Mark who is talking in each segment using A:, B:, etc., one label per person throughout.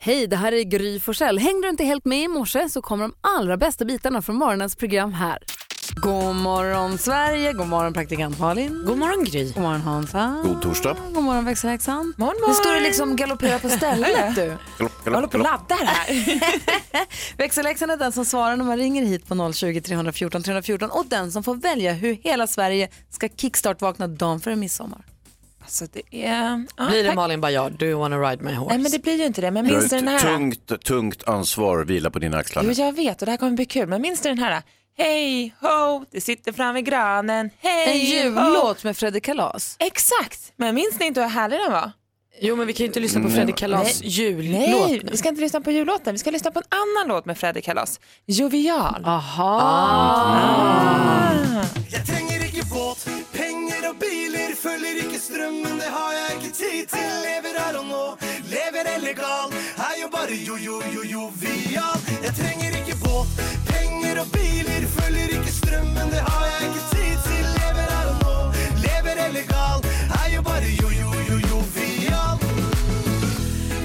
A: Hej, det här är Gry Forssell. Hängde du inte helt med i morse så kommer de allra bästa bitarna från morgonens program här. God morgon Sverige, god morgon praktikant Malin.
B: God morgon Gry.
A: God morgon Hansa.
C: God torsdag.
A: God morgon växelhäxan.
B: Morgon, morgon. Nu står du liksom galopperar på stället du.
C: Galopp,
B: Jag håller
C: galopp,
B: på och
C: galopp.
B: laddar här.
A: Växelhäxan är den som svarar när man ringer hit på 020 314 314 och den som får välja hur hela Sverige ska kickstart-vakna dagen före midsommar.
B: Alltså, det är... ja,
D: Blir det
B: tack.
D: Malin Baryard, do you wanna ride my horse?
B: Nej men det blir ju inte det. Men
C: Du har
B: minns du den
C: ett
B: här?
C: tungt, tungt ansvar vila på dina axlar.
B: Jo,
C: nu.
B: jag vet och det här kommer bli kul. Men minns du den här? Hej ho, det sitter framme i granen. Hej
A: En
B: ho.
A: jullåt med Fredrik Kalas.
B: Exakt, men minns ni inte hur härlig den var?
D: Jo men vi kan ju inte lyssna på Fredrik Kalas jullåt
B: Nej,
D: nu.
B: vi ska inte lyssna på jullåten. Vi ska lyssna på en annan låt med Fredrik Kalas. Jovial. Ah.
A: Aha. Ah.
E: Jeg trenger ikke båt, penger og biler Følger ikke strømmen, det har jeg ikke tid til Lever her og nå, lever illegal Er jo bare jo jo jo jovial Jeg trenger ikke båt, penger og biler Følger ikke strømmen, det har jeg ikke tid til Lever her og nå, lever illegal Er jo bare jo jo jo jovial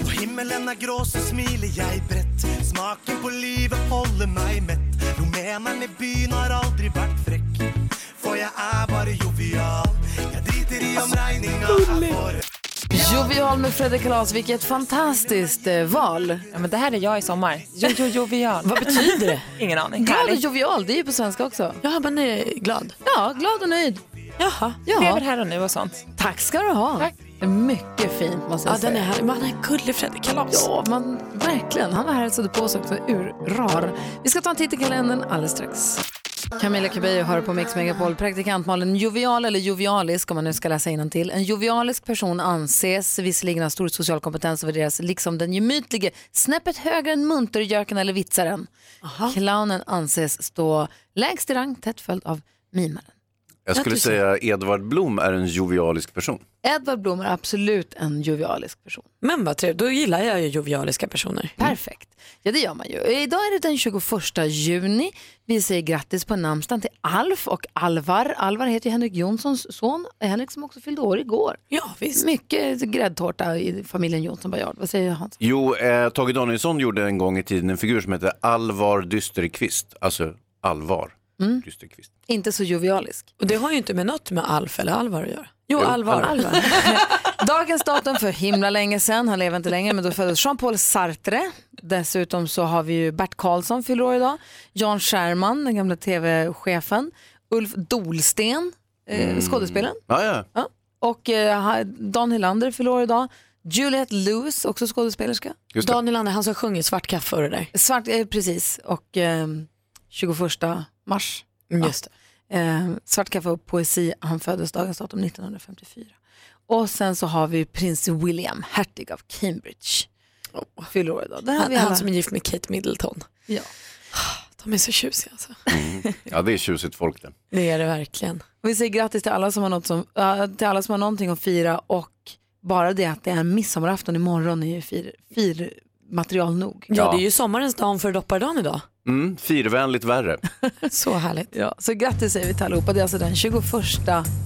E: og himmelen er grå, så smiler jeg bredt. Smaken på livet holder meg mett. Rumeneren i byen har aldri vært frekk. For jeg er bare jovial. Jeg driter i om regninga er for
A: Jovial med Fredrik Kalas, vilket fantastiskt eh, val.
B: Ja, men det här är jag i sommar. Jo, jo, jovial.
D: Vad betyder det?
B: Ingen aning.
A: Glad och
B: Härligt. eh,
A: jovial, det är ju på svenska också.
D: Ja man är glad.
A: Ja, glad och nöjd.
D: Jaha.
B: Lever
A: Ja,
B: här och nu och sånt.
A: tack ska du ha.
B: Tack.
A: Mycket fint måste
D: Ja
A: jag
D: den är
A: säga.
D: härlig. Man är gullig Fredrik Kalas.
A: Ja, man, verkligen. Han var här och hälsade på oss också. Urrar. Vi ska ta en titt i kalendern alldeles strax. Camilla Cabello hör på Mix Megapol. Praktikant Malin, jovial eller jovialisk om man nu ska läsa till. En jovialisk person anses visserligen ha stor social kompetens och värderas liksom den gemytlige snäppet högre än muntergöken eller vitsaren. Clownen anses stå lägst i rang, tätt följd av mimaren.
C: Jag skulle säga Edvard Blom är en jovialisk person.
A: Edvard Blom är absolut en jovialisk person.
D: Men vad trevligt, då gillar jag ju jovialiska personer. Mm.
A: Perfekt. Ja, det gör man ju. Idag är det den 21 juni. Vi säger grattis på namnsdagen till Alf och Alvar. Alvar heter ju Henrik Jonssons son. Henrik som också fyllde år igår.
D: Ja visst.
A: Mycket gräddtårta i familjen Jonsson Bajard. Vad säger Hans?
C: Jo, eh, Tage Danielsson gjorde en gång i tiden en figur som hette Alvar Dysterkvist. Alltså Alvar Dysterkvist.
A: Mm. Inte så jovialisk.
D: Och det har ju inte med något med Alf eller Alvar att göra. Jo, Alvar.
A: Alvar. Dagens datum för himla länge sedan, han lever inte längre, men då föddes Jean-Paul Sartre. Dessutom så har vi ju Bert Karlsson fyller år idag, Jan Scherman, den gamla tv-chefen, Ulf Dolsten,
D: Mm.
A: eh, skådespelaren.
C: Mm. Ja, ja.
A: Ja. Och eh, ha- Dan Hylander fyller år idag. Juliette Lewis, också skådespelerska.
C: Just det.
D: Daniel Ander, han som sjunger Svart kaffe och det där.
A: Svart, eh, precis. Och eh, 21 mars.
D: Mm, Just det.
A: Eh, svart kaffe och poesi. Han föddes dagens datum 1954. Och sen så har vi prins William, hertig av Cambridge. Fyller år idag. Det har
D: Oh. Han,
A: vi alla.
D: han som är gift med Kate Middleton.
A: Ja.
D: De är så tjusiga alltså.
C: ja, det är tjusigt folk det.
D: Det är det verkligen.
A: Och Vi säger grattis till alla som har, något som, eh, till alla som har någonting att fira och bara det att det är midsommarafton imorgon är ju fir, material nog.
D: Ja,
C: Ja.
D: det är ju sommarens dag för dopparedagen idag.
C: Mm, firvänligt värre.
D: Så härligt.
A: Ja, så grattis säger vi till allihopa. Det är alltså den 21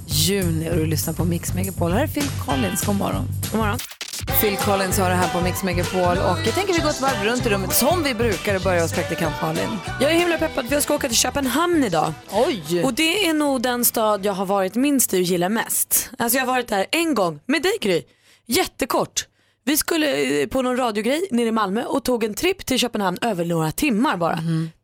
A: juni och du lyssnar på Mix Megapol. Här är Phil Collins, god morgon.
D: God morgon.
A: Phil Collins har det här på Mix Megapol och jag tänker vi går ett varv runt i rummet som vi brukar och börjar hos praktikant Malin.
D: Jag är himla peppad för jag ska åka till Köpenhamn idag.
A: Oj!
D: Och det är nog den stad jag har varit minst i och gillar mest. Alltså jag har varit där en gång med dig Gry. Jättekort. Vi skulle eh, på någon radiogrej nere i Malmö och tog en tripp till Köpenhamn över några timmar bara.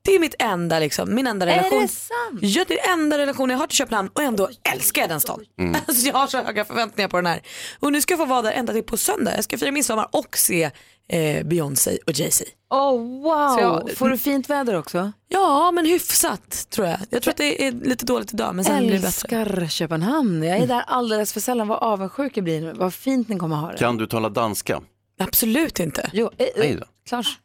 D: Det är mitt enda liksom, min enda relation.
A: Mhm. det sant?
D: Ja, det är den enda relationen jag har till Köpenhamn och ändå älskar jag den staden.
A: Mm.
D: Alltså jag har så höga förväntningar på den här. Och nu ska jag få vara där ända till på söndag. Jag ska fira midsommar och se eh, Beyoncé och Jay-Z.
A: Oh, wow!
D: Så jag-
A: Får du fint väder också?
D: Ja, men hyfsat tror jag. Jag tror att det är lite dåligt idag men sen blir det bättre. Mm.
A: Älskar Köpenhamn. Jag är där alldeles för sällan. Vad avundsjuk jag blir nu. Vad fint ni kommer ha det.
C: Kan du tala danska?
D: Absolut inte.
A: Jo, eh, eh,
C: Nej då.
A: klars.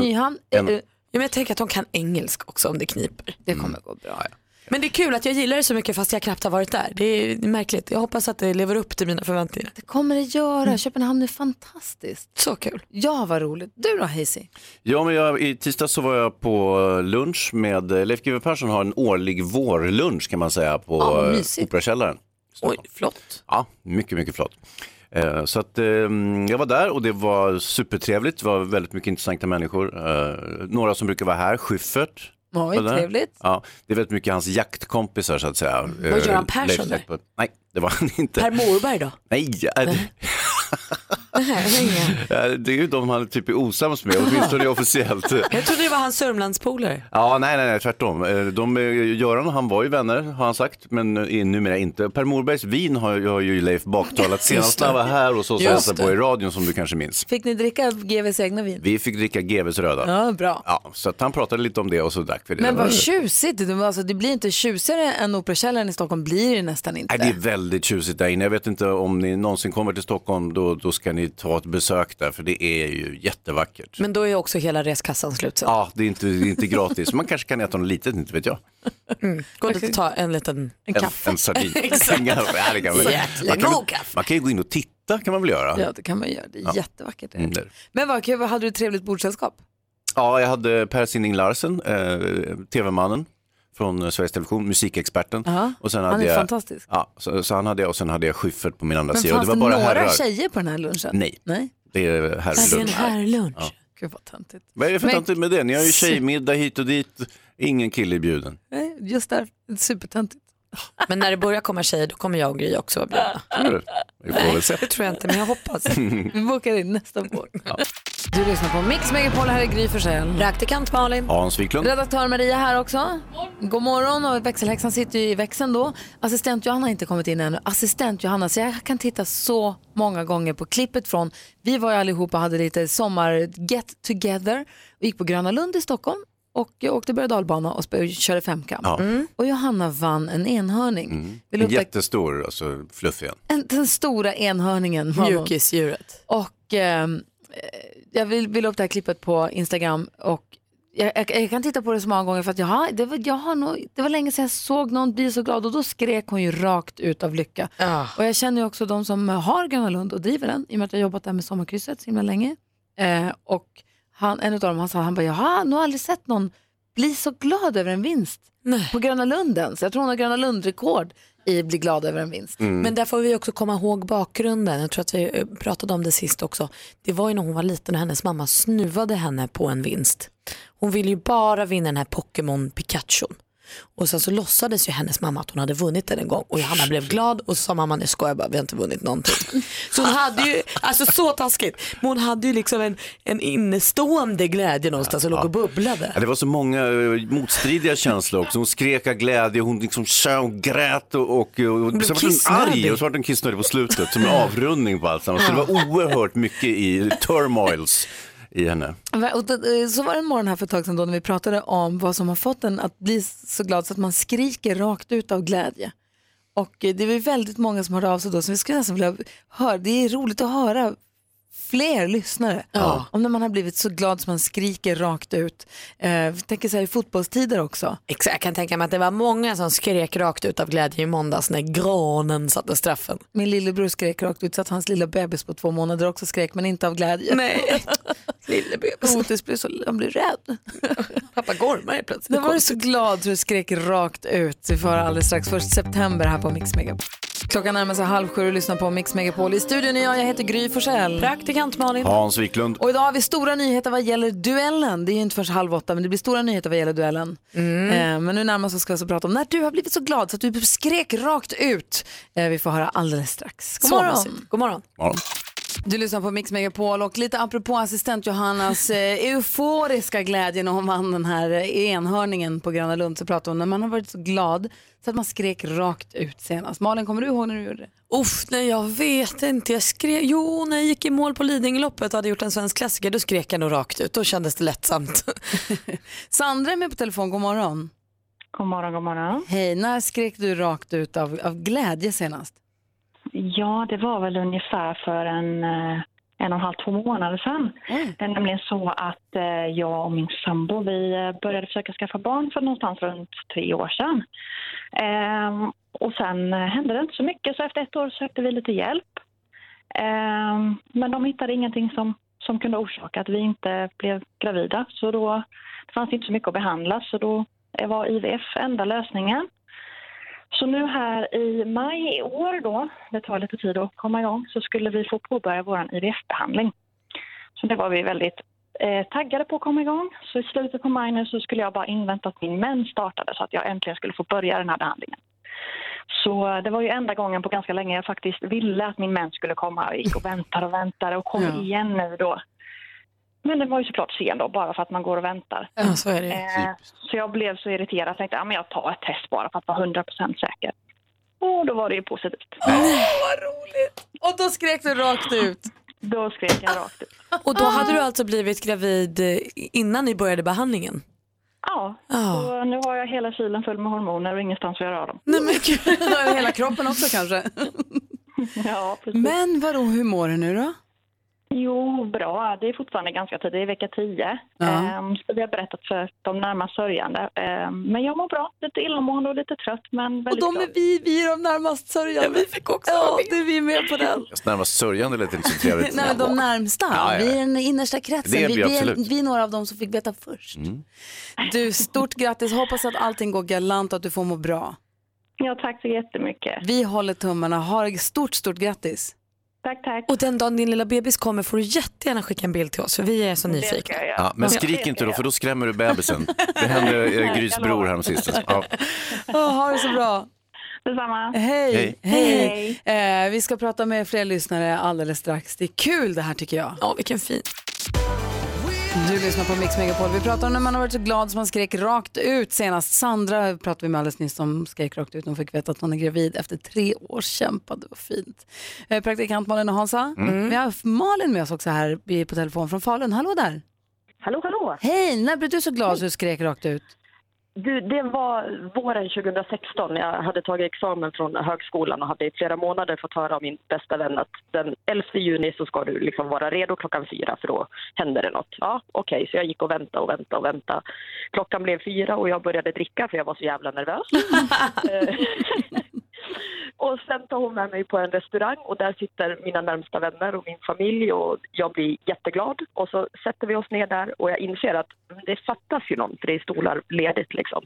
A: Nyhamn, eh,
C: en-
A: eh,
D: Ja, men jag tänker att de kan engelska också om det kniper.
A: det
C: Mm.
A: kommer gå bra.
D: Men det är kul att jag gillar det så mycket fast jag knappt har varit där. Det är märkligt. Jag hoppas att det lever upp till mina förväntningar.
A: Det kommer det göra. Köpenhamn är fantastiskt.
D: Mm. Så kul.
A: Ja, vad roligt. Du då, Hazy?
C: Ja, men jag, i tisdags så var jag på eh, lunch med eh, Leif GW Persson har en årlig vårlunch kan man säga på
A: Ja, vad
C: eh,
A: mysigt.
C: Operakällaren.
D: Oj, flott.
C: Ja, mycket, mycket flott. Eh, Så att eh, jag var där och det var supertrevligt. Det var väldigt mycket intressanta människor. Eh, Några som brukar vara här, Schyffert.
A: Oj,
C: var där.
A: trevligt.
C: Ja, det är väldigt mycket hans jaktkompisar så att säga.
D: Var
C: Eh,
D: Göran Persson
C: Leif
D: där?
C: Leppard. Nej, det var han inte.
D: Per Morberg då?
C: Nej, eh, det-
D: Nej, det är ingen.
C: eh, det är ju de han är typ är osams med, åtminstone officiellt.
D: Jag trodde det var hans Sörmlandspolare.
C: Ja, nej, nej, nej, tvärtom. Eh, De, eh, Göran och han var ju vänner, har han sagt, men eh, numera inte. Per Morbergs vin har, ju- har ju Leif baktalat senast när han var här och så
A: Just
C: hälsade på
A: det.
C: i radion som du kanske minns.
A: Fick ni dricka GVs egna vin?
C: Vi fick dricka GVs röda.
A: Ja, bra.
C: Ja, så att han pratade lite om det och så drack vi det.
A: Men vad
C: Det var-
A: tjusigt. Det, var alltså, det blir inte tjusigare än Operakällaren i Stockholm, blir det nästan inte.
C: Nej, det är väldigt tjusigt där inne. Jag vet inte om ni någonsin kommer till Stockholm, då, då ska ni ta ett besök där, för det är ju jättevackert.
D: Men då är ju också hela reskassan slut sen.
C: Ja, det är inte, det är inte gratis. Man kanske kan äta något litet, inte vet jag.
D: Går det att ta en liten...
C: En, en sardin. En garv. Ja, det kan man-
D: Jäkla
C: man kan-
D: god kaffe.
C: Man kan ju gå in och titta, kan man väl göra.
A: Ja, det kan man göra. Det är jättevackert. Det.
C: Mm, där.
A: Men vad kul, hade du trevligt bordsällskap?
C: Ja, jag hade Per Sinding Larsen, eh, tv-mannen från eh, Sveriges Television, musikexperten.
A: Ja,
C: Och sen
A: Han
C: hade
A: är
C: jag,
A: fantastisk.
C: Ja, så, så han hade jag och sen hade jag Schyffert på min andra
A: Men
C: sida. Och
A: fanns
C: det
A: det,
C: var bara
A: några
C: herrar.
A: tjejer på den här lunchen?
C: Nej,
A: Nej?
C: det är
A: Alltså,
D: Det är en
C: herrlunch.
D: här lunch.
C: Ja.
A: Gud vad töntigt.
C: Vad är det för
A: Men-
C: tantigt med det? Ni har ju tjejmiddag hit och dit. Ingen kille är bjuden.
A: Nej, just där, supertöntigt.
D: Men när det börjar komma tjejer då kommer jag och Gry också vara bjudna.
C: Tror du? Vi får väl se.
D: Det tror jag inte men jag hoppas.
A: Vi bokar in nästa vår. Du lyssnar på Mix Megapol, här är Gry Forssell.
D: Praktikant Malin.
C: Hans Wiklund.
A: Redaktör Maria här också. God morgon och växelhäxan sitter ju i växeln då. Assistent Johanna har inte kommit in ännu. Assistent Johanna, så jag kan titta så många gånger på klippet från, vi var ju allihopa och hade lite sommar get together och gick på Gröna Lund i Stockholm och jag åkte berg och dalbana och sp- körde femkamp.
C: Ja. Mm.
A: Och Johanna vann en enhörning. Vill du
C: En
A: upptäcka
C: jättestor, alltså fluffig. en.
A: en, den stora enhörningen? mamma?
D: Mjukisdjuret.
A: Och ehm, eh, jag vill, vill upp det här klippet på Instagram och jag, jag, jag kan titta på det så många gånger för att jag har, det, var, jag har nog, det var länge sedan jag såg någon bli så glad och då skrek hon ju rakt ut av lycka.
D: Ah.
A: Och jag känner ju också de som har Gröna Lund och driver den i och med att jag har jobbat där med Sommarkrysset så himla länge. Eh, och han, en av dem han sa, han bara, jag har nog aldrig sett någon bli så glad över en vinst
D: Nej.
A: på Gröna Lunden. Så jag tror hon har Gröna Lund-rekord i bli glad över en vinst.
D: Men där får vi också komma ihåg bakgrunden. Jag tror att vi eh, pratade om det sist också. Det var ju när hon var liten och hennes mamma snuvade henne på en vinst. Hon ville ju bara vinna den här Pokémon Pikachu. Och sen så låtsades ju hennes mamma att hon hade vunnit den en gång och Johanna blev glad och så sa mamma nu skojar jag bara, vi har inte vunnit någonting. Så hon hade ju, alltså så taskigt, men hon hade ju liksom en, en innestående glädje någonstans och låg och bubblade.
C: Ja, det var så många eh, motstridiga känslor också. Hon skrek av glädje, hon liksom tja, hon grät och, och, och, och
D: blev
C: sen var hon
D: kissnödig.
C: arg och så var hon kissnödig på slutet som en avrundning på allt Så det var oerhört mycket i turmoils i henne.
A: Och då, eh, Så var det en morgon här för ett tag sedan då när vi pratade om vad som har fått en att bli så glad så att man skriker rakt ut av glädje. Och eh, det var ju väldigt många som hörde av sig då så vi skulle nästan vilja höra, det är roligt att höra fler lyssnare om när man har blivit så glad så man skriker rakt ut. Eh, jag tänker så här i fotbollstider också.
D: Exakt, jag kan tänka mig att det var många som skrek rakt ut av glädje i måndags när granen satte straffen.
A: Min lillebror skrek rakt ut så att hans lilla bebis på två månader också skrek men inte av glädje.
D: Nej, lille bebis.
A: Otis blev så, han blev rädd.
D: Pappa gormar helt plötsligt.
A: Nu var du så glad så du skrek rakt ut. Vi får höra alldeles strax. Först september här på Mix Megapol. Klockan närmar sig halv sju och lyssnar på Mix Megapol. I studion är jag, jag heter Gry Forssell.
D: Praktikant Malin.
C: Hans Wiklund.
A: Och idag har vi stora nyheter vad gäller duellen. Det är ju inte förrän halv åtta men det blir stora nyheter vad gäller duellen. Eh, men nu närmast så ska vi alltså prata om när du har blivit så glad så att du skrek rakt ut. Eh, vi får höra alldeles strax. God
D: Så
A: morgon.
D: mysigt. God morgon.
C: Ja.
A: Du lyssnar på Mix Megapol och lite apropå assistent Johannas eh, euforiska glädje när hon vann den här eh, enhörningen på Gröna Lund så pratade hon när man har varit så glad så att man skrek rakt ut senast. Malin, kommer du ihåg när du gjorde det?
D: Uff, nej jag vet inte. Jag skrek, jo när jag gick i mål på Lidingöloppet och hade gjort en svensk klassiker då skrek jag nog rakt ut. Då kändes det lättsamt.
A: Sandra är med på telefon, god morgon.
F: God morgon, god morgon.
A: Hej, när skrek du rakt ut av, av glädje senast?
F: Ja, det var väl ungefär för en, eh, en och en halv, två månader sedan. Det är nämligen så att eh, jag och min sambo vi eh, började försöka skaffa barn för någonstans runt tre år sedan. Ehm, och sen eh, hände det inte så mycket, så efter ett år sökte vi lite hjälp. Ehm, men de hittade ingenting som, som kunde orsaka att vi inte blev gravida. Så då det fanns inte så mycket att behandla, så då var IVF enda lösningen. Så nu här i maj i år då, det tar lite tid att komma igång, så skulle vi få påbörja vår IVF-behandling. Så det var vi väldigt eh, taggade på att komma igång. Så i slutet på maj nu så skulle jag bara invänta att min mens startade så att jag äntligen skulle få börja den här behandlingen. Så eh, det var ju enda gången på ganska länge jag faktiskt ville att min mens skulle komma och gick och väntade och väntade och kom
D: Ja.
F: igen nu då. Men den var ju såklart sen då, bara för att man går och väntar.
D: Ja, så är det ju.
F: Eh, så jag blev så irriterad. Jag tänkte att jag tar ett test bara för att vara 100 säker. Och då var det ju positivt.
A: Och då skrek du rakt ut.
F: Då skrek jag rakt ut.
D: Och då hade du alltså blivit gravid eh, innan ni började behandlingen?
F: Ja,
D: Ja.
F: så nu har jag hela kylen full med hormoner och ingenstans vill jag röra dem.
D: Nej men gud.
A: Hela kroppen också kanske.
F: Ja, precis.
A: Men vadå, hur mår du nu då?
F: Jo, bra. Det är fortfarande ganska tidigt. Det är vecka 10.
A: Ja.
F: Ehm, så vi har berättat för de närmast sörjande. Ehm, men jag mår bra. Lite illamående och lite trött, men väldigt
A: Och de
F: glad.
A: är vi, vi är de närmast sörjande. vi fick också ja, det är vi med på den.
C: Fast Närmast sörjande lät inte så trevligt.
A: Nej, men de närmsta.
C: Ja, ja, ja.
A: Vi är den innersta kretsen.
C: Det är
A: vi,
C: vi
A: vi, är,
C: absolut. Mm.
A: vi är några av dem som fick veta först. Du, stort grattis. Hoppas att allting går galant och att du får må bra.
F: Ja, tack så jättemycket.
A: Vi håller tummarna. Ha stort, stort grattis.
F: Tack, tack.
D: Och den dagen din lilla bebis kommer får du jättegärna skicka en bild till oss för vi är så
F: Det ska
D: nyfikna.
F: jag göra.
C: Ja, men skrik inte då, för då skrämmer du bebisen. Det hände eh, Grys bror häromsistens. Ja.
A: Oh, ha det så bra.
F: Detsamma.
A: Hej.
C: Hej.
A: Hej. Eh, vi ska prata med fler lyssnare alldeles strax. Det är kul det här tycker jag.
D: Ja, vilken fin.
A: Du lyssnar på Mix Megapol. Vi pratar om när man har varit så glad som man skrek rakt ut senast. Sandra pratade vi med alldeles nyss som skrek rakt ut. Hon fick veta att hon är gravid efter tre års kämpande. Vad fint. Eh, Praktikant Malin och Hansa. Vi har Malin med oss också här i- på telefon från Falun. Hallå där.
G: Hallå, hallå!
A: Hej, när blev du så glad så du skrek rakt ut?
G: Du, det var våren 2016 när jag hade tagit examen från högskolan och hade i flera månader fått höra av min bästa vän att den 11 juni så ska du liksom vara redo klockan fyra för då händer det något. Ja, okej, så jag gick och väntade och väntade och väntade. Klockan blev fyra och jag började dricka för jag var så jävla nervös. Eh, och sen tar hon med mig på en restaurang och där sitter mina närmsta vänner och min familj och jag blir jätteglad. Och så sätter vi oss ner där och jag inser att mm, det fattas ju någon för det är stolar ledigt liksom.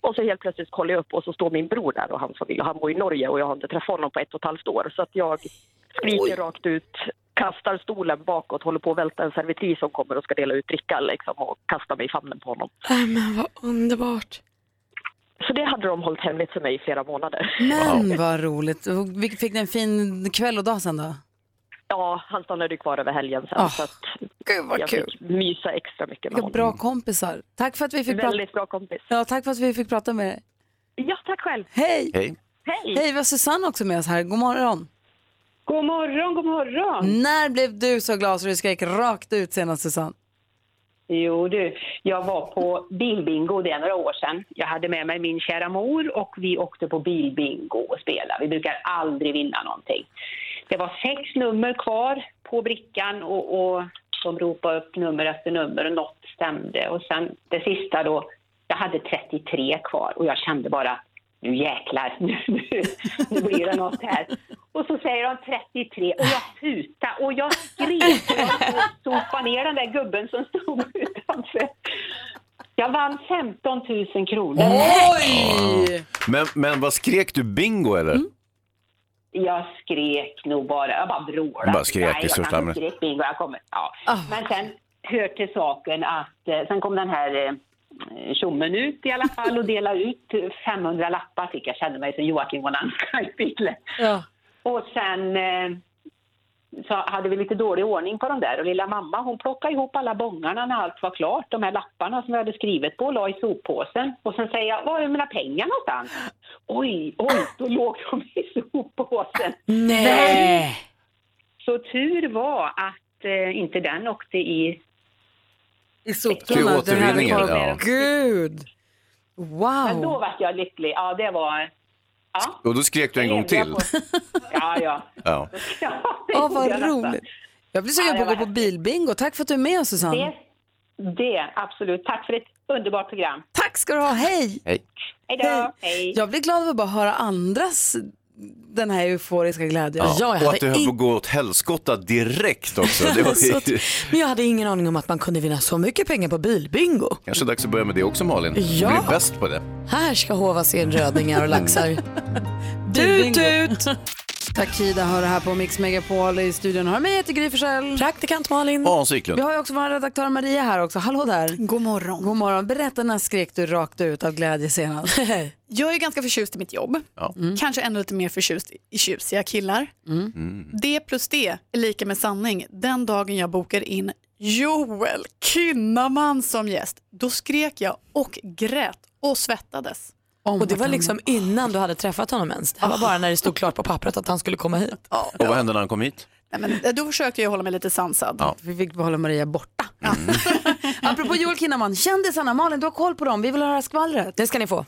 G: Och så helt plötsligt kollar jag upp och så står min bror där och hans familj och han bor i Norge och jag har inte träffat honom på ett och ett halvt år. Så att jag skriker rakt ut, kastar stolen bakåt, håller på att välta en servitris som kommer och ska dela ut dricka liksom och kastar mig i famnen på honom.
D: Nej Äh, men vad underbart.
G: Så det hade de hållit hemligt för mig i flera månader.
A: Men vad roligt. Och vi Fick ni en fin kväll och dag sen då?
G: Ja, han stannade ju kvar över helgen sen
A: Ah,
G: så att
A: Gud
G: jag fick mysa extra mycket med
A: Vilka
G: honom.
A: bra kompisar. Tack för att vi fick, prata.
G: Väldigt bra kompis.
A: ja, tack för att vi fick prata med dig.
G: Ja, tack själv.
A: Hej!
C: Hej.
G: Hej!
A: Hej, vi har Susanne också med oss här. God morgon.
H: God morgon, god morgon.
A: När blev du så glad så du skrek rakt ut senast Susanne?
H: Jo du, jag var på bilbingo, det är några år sedan. Jag hade med mig min kära mor och vi åkte på bilbingo och spelade. Vi brukar aldrig vinna någonting. Det var sex nummer kvar på brickan och, och de ropade upp nummer efter nummer och något stämde. Och sen det sista då, jag hade 33 kvar och jag kände bara nu jäklar, nu, nu, nu blir det något här. Och så säger de 33 och jag tutade och jag skrek och jag sopade ner den där gubben som stod utanför. Jag vann 15 000 kronor.
A: Oj!
C: Men, men vad skrek du? Bingo eller?
A: Mm.
H: Jag skrek nog bara, jag bara vrålade.
C: Du bara skrek
H: Nej,
C: i
H: jag
C: största
H: kanske
C: allmänhet.
H: skrek bingo, jag kommer. Ja.
A: Ah.
H: Men sen hör till saken att, eh, sen kom den här eh, tjommen ut i alla fall och delade ut 500 lappar fick jag, kände mig som Joakim von Anka i bilen.
A: Ja.
H: Och sen eh, så hade vi lite dålig ordning på de där och lilla mamma hon plockade ihop alla bångarna när allt var klart, de här lapparna som jag hade skrivit på och la i soppåsen. Och sen säger jag, var är mina pengar någonstans? Oj, oj, då låg de i soppåsen.
D: Nej.
H: Så tur var att eh, inte den åkte i...
A: I
C: Till
A: soptunnan. Den här
C: återvinningen,
A: rekorden.
C: ja.
A: Gud!
H: Men då
A: Wow!
H: var jag lycklig. Ja, det var... Ja,
C: Och då skrek du en gång
H: levde jag
C: till.
H: på. Ja, ja.
C: Ja.
H: ja det
A: Åh,
H: gjorde jag
A: vad
H: nästan.
A: roligt. Jag blir sugen på
H: Ja, det
A: att gå
H: var
A: på bilbingo. Tack för att du är med oss Susanne.
H: Det, det, absolut. Tack för ett underbart program.
A: Tack ska du ha, hej!
C: Hej.
H: Hej då! Hej.
A: Jag blir glad av att bara höra andras den här euforiska glädjen.
D: Ja, jag
C: och
D: hade
C: att det höll på
D: in-
C: att gå åt helskotta direkt också. Det var
D: Så att- Men jag hade ingen aning om att man kunde vinna så mycket pengar på bilbingo.
C: Kanske dags att börja med det också Malin. Du
D: Ja.
C: blir bäst på det.
D: Här ska hovas in rödingar och laxar.
A: Tut tut! Takida hör det här på Mix Megapol. I studion har mig, heter Gry Forssell.
D: Praktikant Malin.
C: Hans Wiklund.
A: Vi har ju också vår redaktör Maria här också. Hallå där.
I: God morgon.
A: God morgon. Berätta när skrek du rakt ut av glädje senast? Mm.
I: Jag är ganska förtjust i mitt jobb. Kanske ännu lite mer förtjust i tjusiga killar.
J: Mm.
I: Det plus det är lika med sanning. Den dagen jag bokar in Joel Kinnaman som gäst, då skrek jag och grät och svettades.
D: Och det var liksom innan du hade träffat honom ens. Det här var bara när det stod klart på pappret att han skulle komma hit.
C: Och vad hände när han kom hit?
I: Nej, men, eh, då försökte jag hålla mig lite sansad.
C: Ja.
A: Vi fick behålla Maria borta. Apropå Joel Kinnaman, kändisarna, Malin du har koll på dem. Vi vill höra skvallret.
D: Det ska ni få.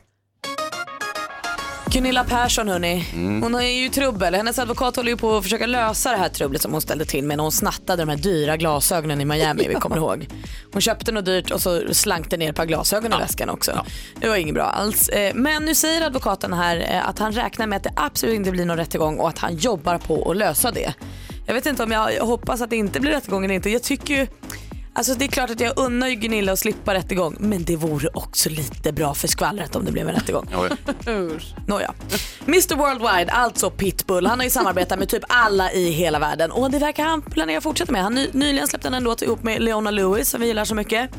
D: Gunilla Persson hörni, hon är ju i trubbel. Hennes advokat håller ju på att försöka lösa det här trubblet som hon ställde till med när hon snattade de här dyra glasögonen i Miami, vi kommer ihåg. Hon köpte något dyrt och så slank det ner ett par glasögon i väskan också. Det var inget bra alls. Eh, Men nu säger advokaten här eh, att han räknar med att det absolut inte blir någon rättegång och att han jobbar på att lösa det. Jag vet inte om jag, jag hoppas att det inte blir rättegång eller inte. Jag tycker ju Alltså det är klart att jag unnar ju Gunilla att slippa rättegång men det vore också lite bra för skvallret om det blev en rättegång.
C: Oj.
D: Nåja. Mr Worldwide, alltså Pitbull, han har ju samarbetat med typ alla i hela världen och det verkar han planera att fortsätta med. Han ny, nyligen släppte han en låt ihop med Leona Lewis som vi gillar så mycket.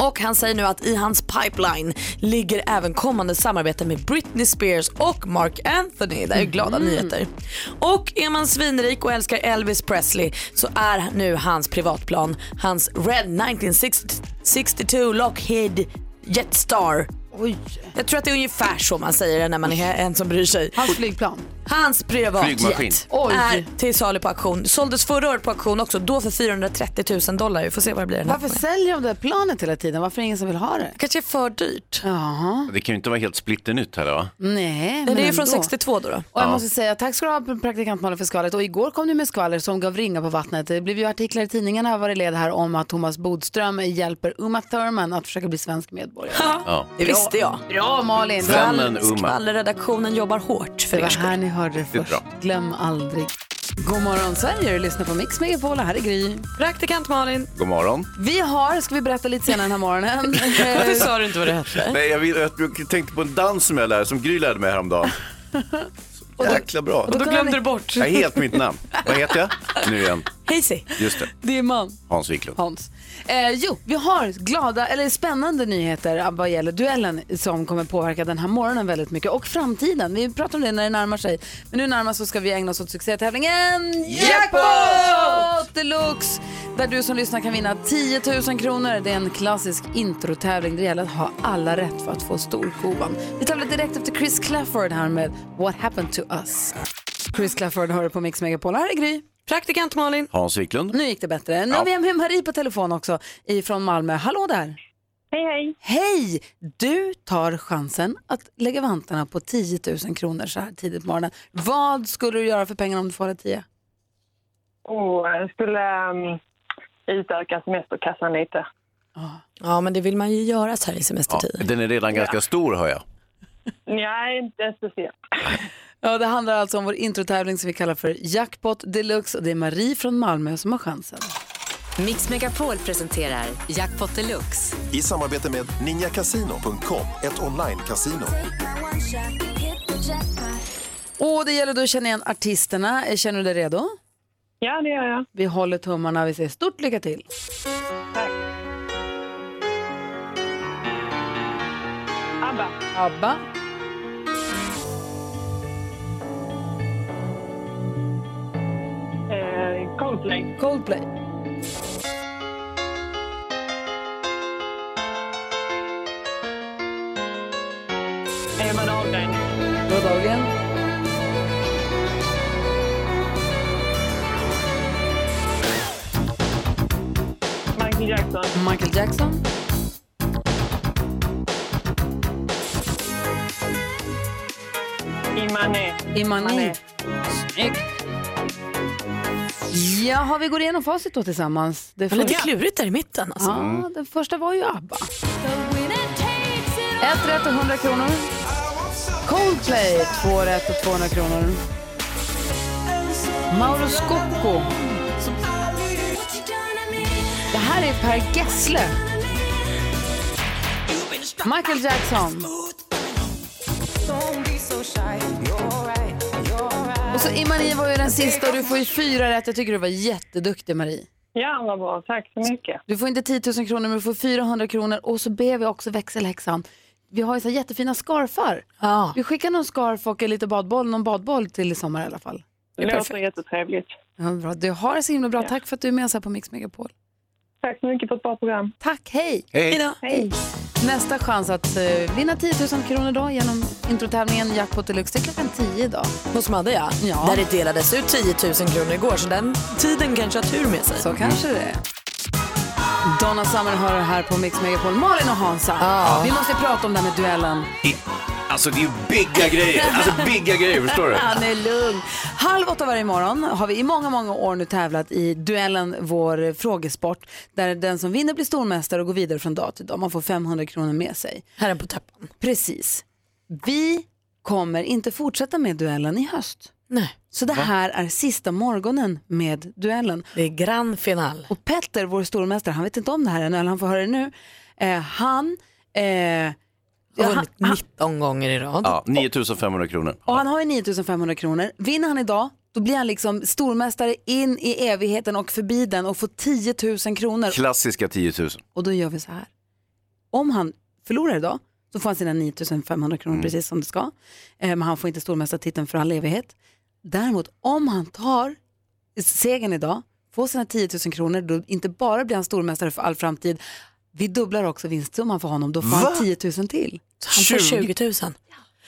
D: Och han säger nu att i hans pipeline ligger även kommande samarbete med Britney Spears och Mark Anthony. Det är ju glada
I: Mm-hmm.
D: nyheter. Och är man svinrik och älskar Elvis Presley så är nu hans privatplan hans Red 1962 Lockheed Jetstar. Jag tror att det är ungefär så man säger det när man är en som bryr sig.
I: Hans flygplan.
D: Hans
C: Flygmaskin.
D: privatjet
I: Oj.
D: är till salu på auktion. Såldes förra året på auktion också, då för 430 000 dollar. Vi får se vad det blir den här
A: Varför
D: gången.
A: säljer de det här planet hela tiden? Varför är det ingen som vill ha det?
D: Kanske är för dyrt.
A: Jaha.
C: Det kan ju inte vara helt splitternytt heller va?
A: Nej,
D: Men
A: men
D: det är ju från
A: ändå.
D: 62 då. då.
A: Och jag måste säga tack ska du ha praktikant Malin för skvallret. Och igår kom du med skvaller som gav ringar på vattnet. Det blev ju artiklar i tidningarna här var det led här om att Thomas Bodström hjälper Uma Thurman att försöka bli svensk medborgare.
C: Ja.
D: Det visste jag.
A: Bra Malin! Det var,
C: Vännen Uma.
D: Skvallerredaktionen jobbar hårt för
A: det
D: er
A: var
D: skull.
A: här ni hörde det
C: Det är
A: först.
C: bra.
A: Glöm aldrig. God morgon Sverige, du lyssnar på Mix Megapol och här är Gry.
D: Praktikant Malin.
C: God morgon.
A: Vi har, ska vi berätta lite senare den här morgonen.
D: Varför sa du inte vad det hette?
C: Nej, jag, vill, jag tänkte på en dans som jag lärde, som Gry lärde mig häromdagen. Så jäkla bra.
A: då glömde du
D: bort.
C: Jag är helt mitt namn. Vad heter jag? Nu igen.
D: Hejsi.
C: Just det,
A: det är man.
C: Hans Wiklund.
A: Hans. Eh, jo, vi har glada, eller spännande nyheter vad gäller duellen som kommer påverka den här morgonen väldigt mycket och framtiden. Vi pratar om det när det närmar sig. Men nu närmast så ska vi ägna oss åt succétävlingen Jackpot Deluxe! Där du som lyssnar kan vinna 10 000 kronor. Det är en klassisk introtävling. Det gäller att ha alla rätt för att få storkovan. Vi tävlar direkt efter Chris Clafford här med What happened to us. Chris Clafford hör du på Mix Megapol. Här är Gry.
D: Praktikant Malin.
C: Hans Wiklund.
A: Nu gick det bättre. Nu har vi med Marie på telefon också ifrån Malmö. Hallå där!
H: Hej, hej.
A: Hej! Du tar chansen att lägga vantarna på 10 000 kronor så här tidigt på morgonen. Vad skulle du göra för pengarna om du får alla 10?
H: Och jag skulle um, utöka semesterkassan lite.
D: Ja, men det vill man ju göra så här i
C: Ja,
D: semestertider.
C: den är redan ganska stor hör jag.
H: Nej, inte speciellt.
A: Ja, det handlar alltså om vår introtävling som vi kallar för Jackpot Deluxe och det är Marie från Malmö som har chansen.
K: Mix Megapol presenterar Jackpot Deluxe.
E: I samarbete med ninjakasino.com, ett online-casino.
A: Och det gäller då att känna igen artisterna. Eh, Känner du dig redo?
H: Ja, det gör jag.
A: Vi håller tummarna. Vi säger stort lycka till.
H: ABBA.
A: ABBA.
H: Eh, Coldplay.
A: Coldplay.
H: Eva Dahlgren.
A: Bra dagen.
H: Michael Jackson.
A: Michael Jackson.
H: Imane.
A: Imani.
H: Imani.
A: Snyggt. Jaha, vi går igenom facit då tillsammans. Det
D: Lite
A: första-
D: klurigt där i mitten. Alltså.
A: Ja, den första var ju ABBA. Ett rätt och 100 kronor. Coldplay, två rätt och 200 kronor. Mauro Scocco. Det här är Per Gessle. Michael Jackson. Så i Marie var ju den sista och du får ju fyra rätt. Jag tycker du var jätteduktig Marie.
L: Ja, vad bra. Tack så mycket.
A: Du får inte 10 000 kronor men du får 400 kronor och så ber vi också växelhäxan. Vi har ju så här jättefina scarfar. Vi skickar någon scarf och lite badboll, någon badboll till i sommar i alla fall.
L: Det låter jättetrevligt.
A: Ja, bra. Du har det så himla bra. Tack för att du är med oss här på Mix Megapol.
L: Tack så mycket för ett bra program.
A: Tack, hej!
L: Hej.
A: Hejdå.
L: Hej.
A: Nästa chans att eh, vinna 10 000 kronor idag genom introtävlingen Jackpot Deluxe. Det är klockan 10 idag.
D: Hos Madde ja.
A: Ja.
D: Där det delades ut 10 000 kronor igår så den tiden kanske har tur med sig.
A: Så kanske det är. Donna Summer har det här på Mix Megapol. Malin och Hansa,
D: Ja.
A: vi måste prata om det här med duellen.
C: I- Alltså det är ju bigga grejer, alltså bigga grejer, förstår du?
A: Han är lugn. Halv åtta varje morgon har vi i många, många år nu tävlat i duellen vår eh, frågesport där den som vinner blir stormästare och går vidare från dag till dag. Man får 500 kronor med sig.
D: Här är på täppan.
A: Precis. Vi kommer inte fortsätta med duellen i höst.
D: Nej.
A: Så det här är sista morgonen med duellen.
D: Det är grand final.
A: Och Petter, vår stormästare, han vet inte om det här ännu, eller han får höra det nu. Eh, han... Eh, ja,
D: Har
A: han-
D: vunnit 19 gånger i rad.
C: Ja, 9500 kronor.
A: Och han har ju 9500 kronor. Vinner han idag, då blir han liksom stormästare in i evigheten och förbi den och får 10 000 kronor.
C: Klassiska 10 000.
A: Och då gör vi så här. Om han förlorar idag så får han sina 9500 kronor precis som det ska. Eh, Men han får inte stormästartiteln för all evighet. Däremot om han tar segern idag, får sina 10 000 kronor, då inte bara blir han stormästare för all framtid. Vi dubblar också vinstsumman för honom, då får
C: Va?
A: han 10 000 till.
D: Han får 20 000.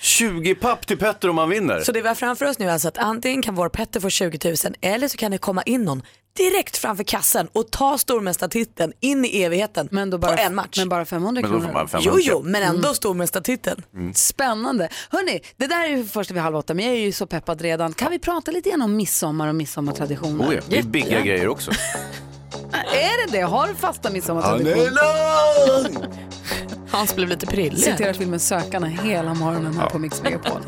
C: 20 papp till Petter om han vinner.
D: Så det vi har framför oss nu är alltså att antingen kan vår Petter få 20 000 eller så kan det komma in någon direkt framför kassen och ta stormästartiteln in i evigheten men då
A: bara-
D: på en match.
A: Men bara 500
D: Men
A: kronor. Mm.
D: då får man 500. Jo, jo, men ändå stormästartiteln.
A: Spännande. Hörni, det där är ju första vid halv åtta, men jag är ju så peppad redan. Kan vi prata lite grann om midsommar och midsommartraditioner?
C: Oh ja, det är bigga
A: Jättegärna.
C: grejer också.
A: Är det det? Har du fasta
C: Han
A: midsommartraditioner?
C: är lång!
A: Hans blev lite prillig. Citerar filmen Sökarna hela morgonen här på Mix Megapol.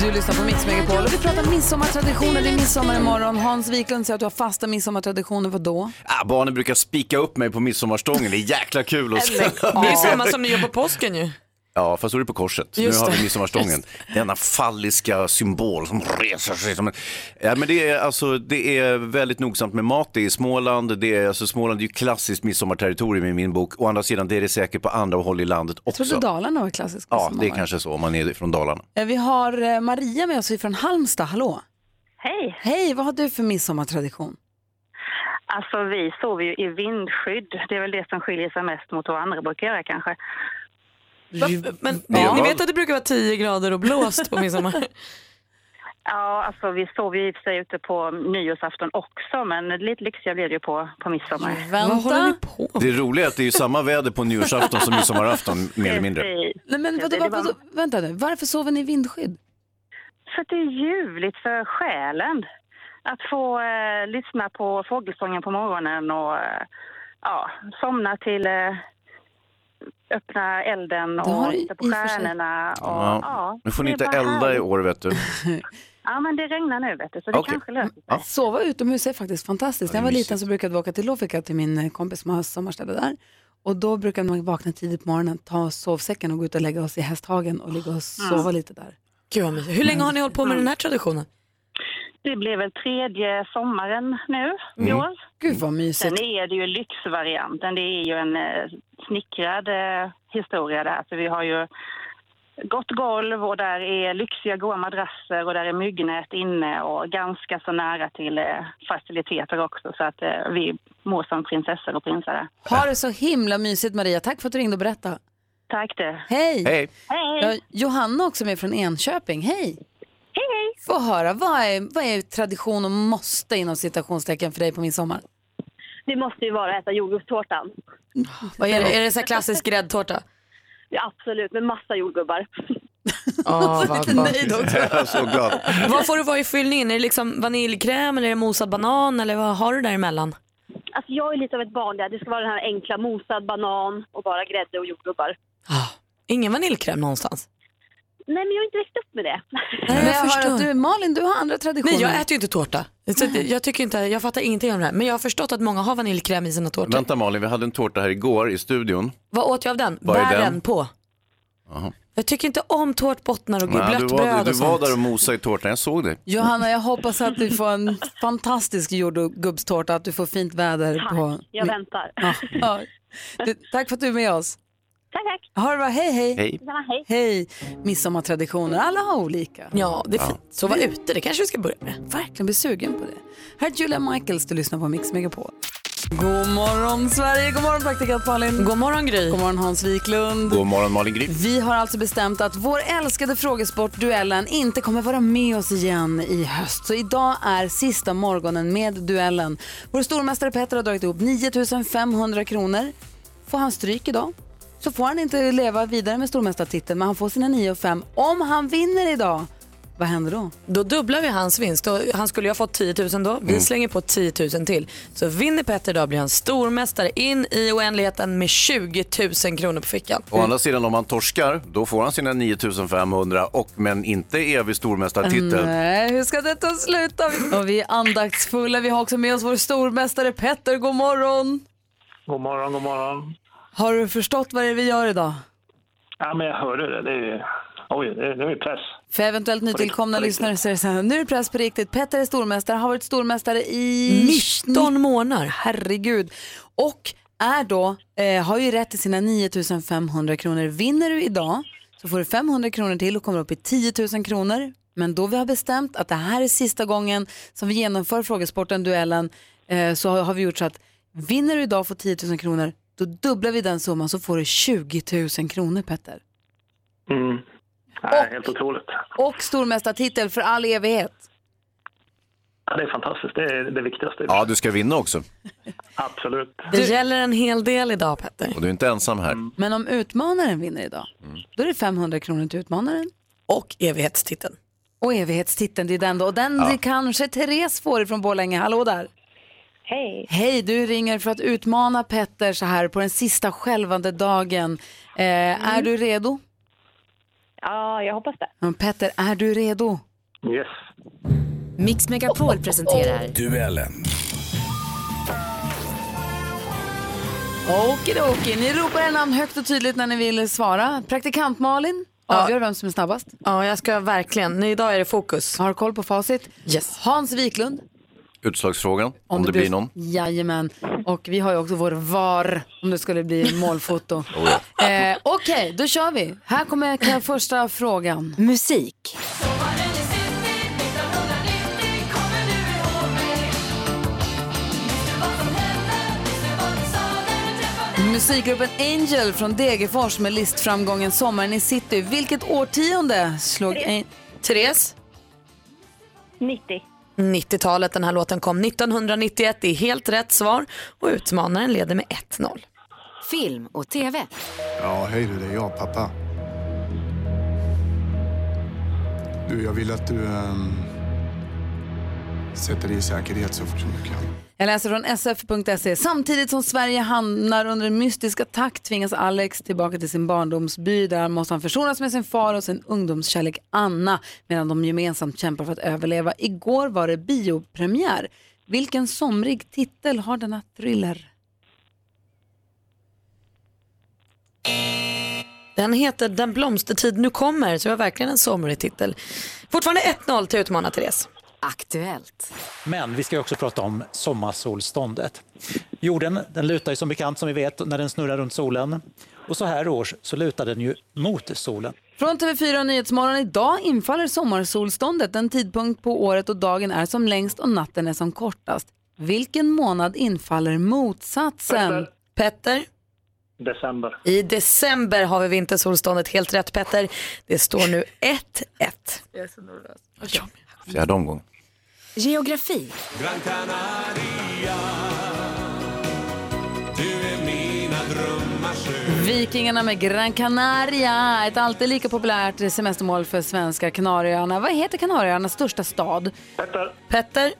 A: Du lyssnar på Mix Megapol och vi pratar midsommartraditioner. Det är midsommar imorgon. Hans Wiklund säger att du har fasta midsommartraditioner. Vadå?
C: Ah, barnen brukar spika upp mig på midsommarstången, det är jäkla kul. Och sen...
D: Det är ju samma som ni gör på påsken ju.
C: Ja, fast då är det på korset.
D: Just
C: nu har
D: det.
C: vi midsommarstången. Denna falliska symbol som reser sig. Som en... ja, men det, är, alltså, det är väldigt nogsamt med mat. Det är i Småland. Det är, alltså, Småland är ju klassiskt midsommarterritorium i min bok. Å andra sidan, det är det säkert på andra håll i landet också.
A: Jag trodde Dalarna var klassisk
C: Ja,
A: midsommar.
C: det är kanske så om man är från Dalarna.
A: Eh, Vi har eh, Maria med oss från Halmstad. Hallå!
M: Hej!
A: Hej, vad har du för midsommartradition?
M: Alltså vi sover ju i vindskydd. Det är väl det som skiljer sig mest mot vad andra brukar göra kanske.
D: Men
M: Ja.
D: ni vet att det brukar vara 10 grader och blåst på midsommar?
M: Ja, alltså vi sover ju i och för sig ute på nyårsafton också, men lite lyxiga blir det ju på, på midsommar.
A: Vänta.
C: Det roliga är att det är ju samma väder på nyårsafton som midsommarafton, mer eller mindre.
A: Nej, men vadå,
M: det är
A: vadå,
M: bara-
A: vänta nu, varför sover ni i vindskydd?
M: För att det är ljuvligt för själen. Att få eh, lyssna på fågelsången på morgonen och eh, ja, somna till eh, öppna elden
C: Det har
M: och
C: du
M: titta på
C: i och för sig.
M: stjärnorna. Och, ja.
C: Ja. Nu får ni
M: det är
C: inte
M: bara
C: elda i
M: härligt.
C: år, vet du.
M: Ja, men det regnar nu vet du, så det
C: Okej.
M: kanske löser sig.
C: Ja.
A: Sova utomhus är faktiskt fantastiskt. När jag var liten så brukade vi åka till Lofika till min eh, kompis som har sommarställe där. Och då brukade man vakna tidigt på morgonen, ta sovsäcken och gå ut och lägga oss i hästhagen och ligga och sova lite där. Mm.
D: Gud vad mysigt. Hur länge har ni hållit på med den här traditionen?
M: Mm. Det blir väl tredje sommaren nu i
D: Mm.
M: år.
A: Gud vad mysigt.
M: Sen är det ju lyxvarianten. Det är ju en eh, snickrad eh, historia där. Så vi har ju gott golv och där är lyxiga goa madrasser och där är myggnät inne och ganska så nära till eh, faciliteter också. Så att eh, vi mår som prinsessor och prinsar där.
A: Ha det så himla mysigt Maria. Tack för att du ringde och berättade.
M: Tack det.
A: Hej!
M: Hej.
A: Ja, Johanna också med från Enköping. Hej! Hej, hej! Få höra, vad är, vad är tradition och måste inom citationstecken för dig på min sommar?
N: Det måste ju vara att äta jordgubbstårtan.
D: Vad är det? Är det så här klassisk gräddtårta?
N: Ja, absolut, med massa jordgubbar.
D: Oh, vad nöjd
C: så glad.
D: Vad får du vara i fyllningen? Är det liksom vaniljkräm eller är det mosad banan eller vad har du däremellan?
N: Alltså, jag är lite av ett barn där. Det ska vara den här enkla mosad banan och bara grädde och jordgubbar.
D: Ingen vaniljkräm någonstans?
N: Nej, men jag har inte växt upp med det.
A: Men jag hör att du, Malin, du har andra traditioner.
D: Nej, jag äter ju inte tårta. Så att jag, tycker inte, jag fattar ingenting om det här. Men jag har förstått att många har vaniljkräm i sina tårtor.
C: Vänta Malin, vi hade en tårta här igår i studion.
D: Vad åt jag av den?
C: Vad är
D: Bären
C: den?
D: på.
C: Jaha.
D: Jag tycker inte om tårtbottnar och
C: Nej, du
D: blött
C: var,
D: bröd
C: du
D: och
C: var
D: sånt.
C: där och mosade i tårtan, jag såg det.
A: Johanna, jag hoppas att du får en fantastisk jord och gubbstårta, att du får fint väder. på...
N: Jag väntar.
A: Ja, ja. Du, tack för att du är med oss.
N: Tack, tack.
A: Ha det bra, hej hej.
C: Hej.
N: Detsamma, hej.
A: Hej. Midsommartraditioner, alla har olika.
D: Ja, det är fint. Så var ute, det kanske vi ska börja med.
A: Verkligen blir sugen på det. Här är Julia Michaels, du lyssnar på Mix Megapol. God morgon Sverige, god morgon praktikant Malin.
D: God morgon Gry.
A: God morgon Hans Wiklund.
C: God morgon Malin Grip.
A: Vi har alltså bestämt att vår älskade frågesportduellen inte kommer vara med oss igen i höst. Så idag är sista morgonen med duellen. Vår stormästare Petter har dragit ihop 9 500 kronor. Får han stryk idag så får han inte leva vidare med stormästartiteln men han får sina 9 500 om han vinner idag. Vad händer då?
D: Då dubblar vi hans vinst. Då, han skulle ju ha fått 10 000 då. Vi slänger på 10 000 till. Så vinner Petter idag blir han stormästare in i oändligheten med 20 000 kronor på fickan.
C: Å andra sidan om han torskar, då får han sina 9500 och men inte evig stormästartitel.
D: Mm.
A: Nej, hur ska detta sluta? Och vi är andaktsfulla. Vi har också med oss vår stormästare Petter. God morgon!
O: God morgon, god morgon.
A: Har du förstått vad det är vi gör idag?
O: Ja, men jag hörde det. det är ju... Oj, det är, det är ju press.
A: För eventuellt nytillkomna lyssnare så är det så här, nu är det press på riktigt. Petter är stormästare, har varit stormästare i
D: 19 månader.
A: Herregud. Och är då, eh, har ju rätt till sina 9 500 kronor. Vinner du idag så får du 500 kronor till och kommer upp i 10 000 kronor. Men då vi har bestämt att det här är sista gången som vi genomför frågesporten, duellen, eh, så har, har vi gjort så att vinner du idag får 10 000 kronor, då dubblar vi den summan så får du 20 000 kronor Petter.
O: Mm. Nej, Helt otroligt.
A: Och stormästartitel för all evighet.
O: Ja, det är fantastiskt. Det är det viktigaste.
C: Ja, du ska vinna också.
O: Absolut.
D: Det gäller en hel del idag Petter.
C: Och du är inte ensam här.
A: Men om utmanaren vinner idag, då är det 500 kronor till utmanaren.
D: Och evighetstiteln.
A: Och evighetstiteln, det är den då. Och den
D: Ja.
A: det kanske Therese får från Borlänge. Hallå där!
P: Hej!
A: Hej, du ringer för att utmana Petter så här på den sista skälvande dagen. Eh, Är du redo?
P: Mm. Ja, jag hoppas det.
A: Ja, Petter, är du redo?
O: Yes.
K: Mix Megapol presenterar
E: Duellen.
A: Okidoki, ni ropar er namn högt och tydligt när ni vill svara. Praktikant Malin avgör vem som är snabbast.
D: Ja, jag ska verkligen. Idag är det fokus.
A: Har koll på facit.
D: Yes.
A: Hans Wiklund.
C: Utslagsfrågan, om, det, blir någon.
A: Jajamän. Och vi har ju också vår VAR om det skulle bli målfoto. eh, Okej, då kör vi. Här kommer jag- första frågan.
K: Musik.
A: Musikgruppen Angel från Degerfors med listframgången Sommaren i city. Vilket årtionde slog... An-
D: Therese?
P: 90.
D: 90-talet den här låten kom 1991. Det är helt rätt svar och utmanaren leder med 1-0.
K: Film och TV.
Q: Ja, hej du, det är jag, pappa. Du, jag vill att du ehm, sätter dig i säkerhet så fort som du kan.
A: Jag läser från sf.se. E. Samtidigt som Sverige hamnar under en mystisk attack tvingas Alex tillbaka till sin barndomsby. Där måste han försonas med sin far och sin ungdomskärlek Anna medan de gemensamt kämpar för att överleva. Igår var det biopremiär. Vilken somrig titel har denna thriller?
D: Den heter Den blomstertid nu kommer, så det var verkligen en somrig titel. Fortfarande 1-0 till utmana Therese.
K: Aktuellt.
R: Men vi ska ju också prata om sommarsolståndet. Jorden den lutar ju som bekant som vi vet när den snurrar runt solen. Och så här års så lutar den ju mot solen.
A: Från TV4 Nyhetsmorgon idag infaller sommarsolståndet, den tidpunkt på året då dagen är som längst och natten är som kortast. Vilken månad infaller motsatsen?
D: Petter?
O: December.
D: I december har vi vintersolståndet. Helt rätt Petter. Det står nu 1-1.
O: Jag är så nervös.
C: Fjärde omgången.
K: Geografi.
E: Gran Canaria Du är mina drömmars ö
A: Vikingarna med Gran Canaria, ett alltid lika populärt semestermål för svenska Kanarieöarna. Vad heter Kanarieöarnas största stad?
O: Petter.
D: Petter?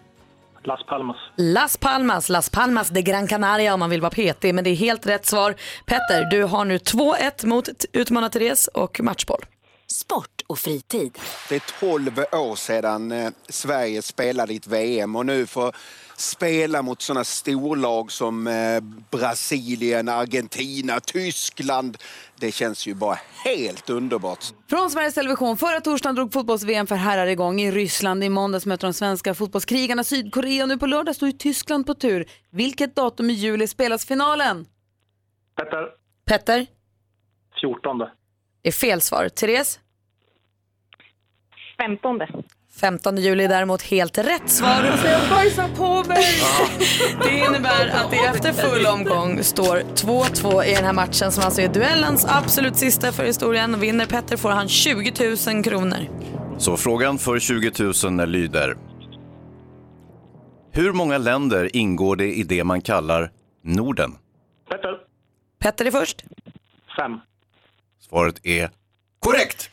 O: Las Palmas.
D: Las Palmas, Las Palmas de Gran Canaria om man vill vara petig, men det är helt rätt svar. Petter, du har nu 2-1 mot t- utmana Therese och matchboll.
K: sport och fritid.
S: Det är 12 år sedan eh, Sverige spelade i ett VM och nu får spela mot sådana storlag som eh, Brasilien, Argentina, Tyskland. Det känns ju bara helt underbart.
A: Från Sveriges Television. Förra torsdagen drog fotbolls-VM för herrar igång i Ryssland. I måndags möter de svenska fotbollskrigarna Sydkorea. Nu på lördag står ju Tyskland på tur. Vilket datum i juli spelas finalen?
O: Petter,
A: Petter?
O: 14.
A: Det är fel svar. Therese?
P: 15.
D: 15 juli är däremot helt rätt svar.
A: Och säger jag bajsar på mig.
D: Det innebär att det efter full omgång står 2-2 i den här matchen som alltså är duellens absolut sista för historien. Vinner Petter får han 20 000 kronor.
C: Så frågan för 20 000 lyder. Hur många länder ingår det i det man kallar Norden?
O: Petter,
D: Petter är först.
O: 5.
C: Svaret är korrekt.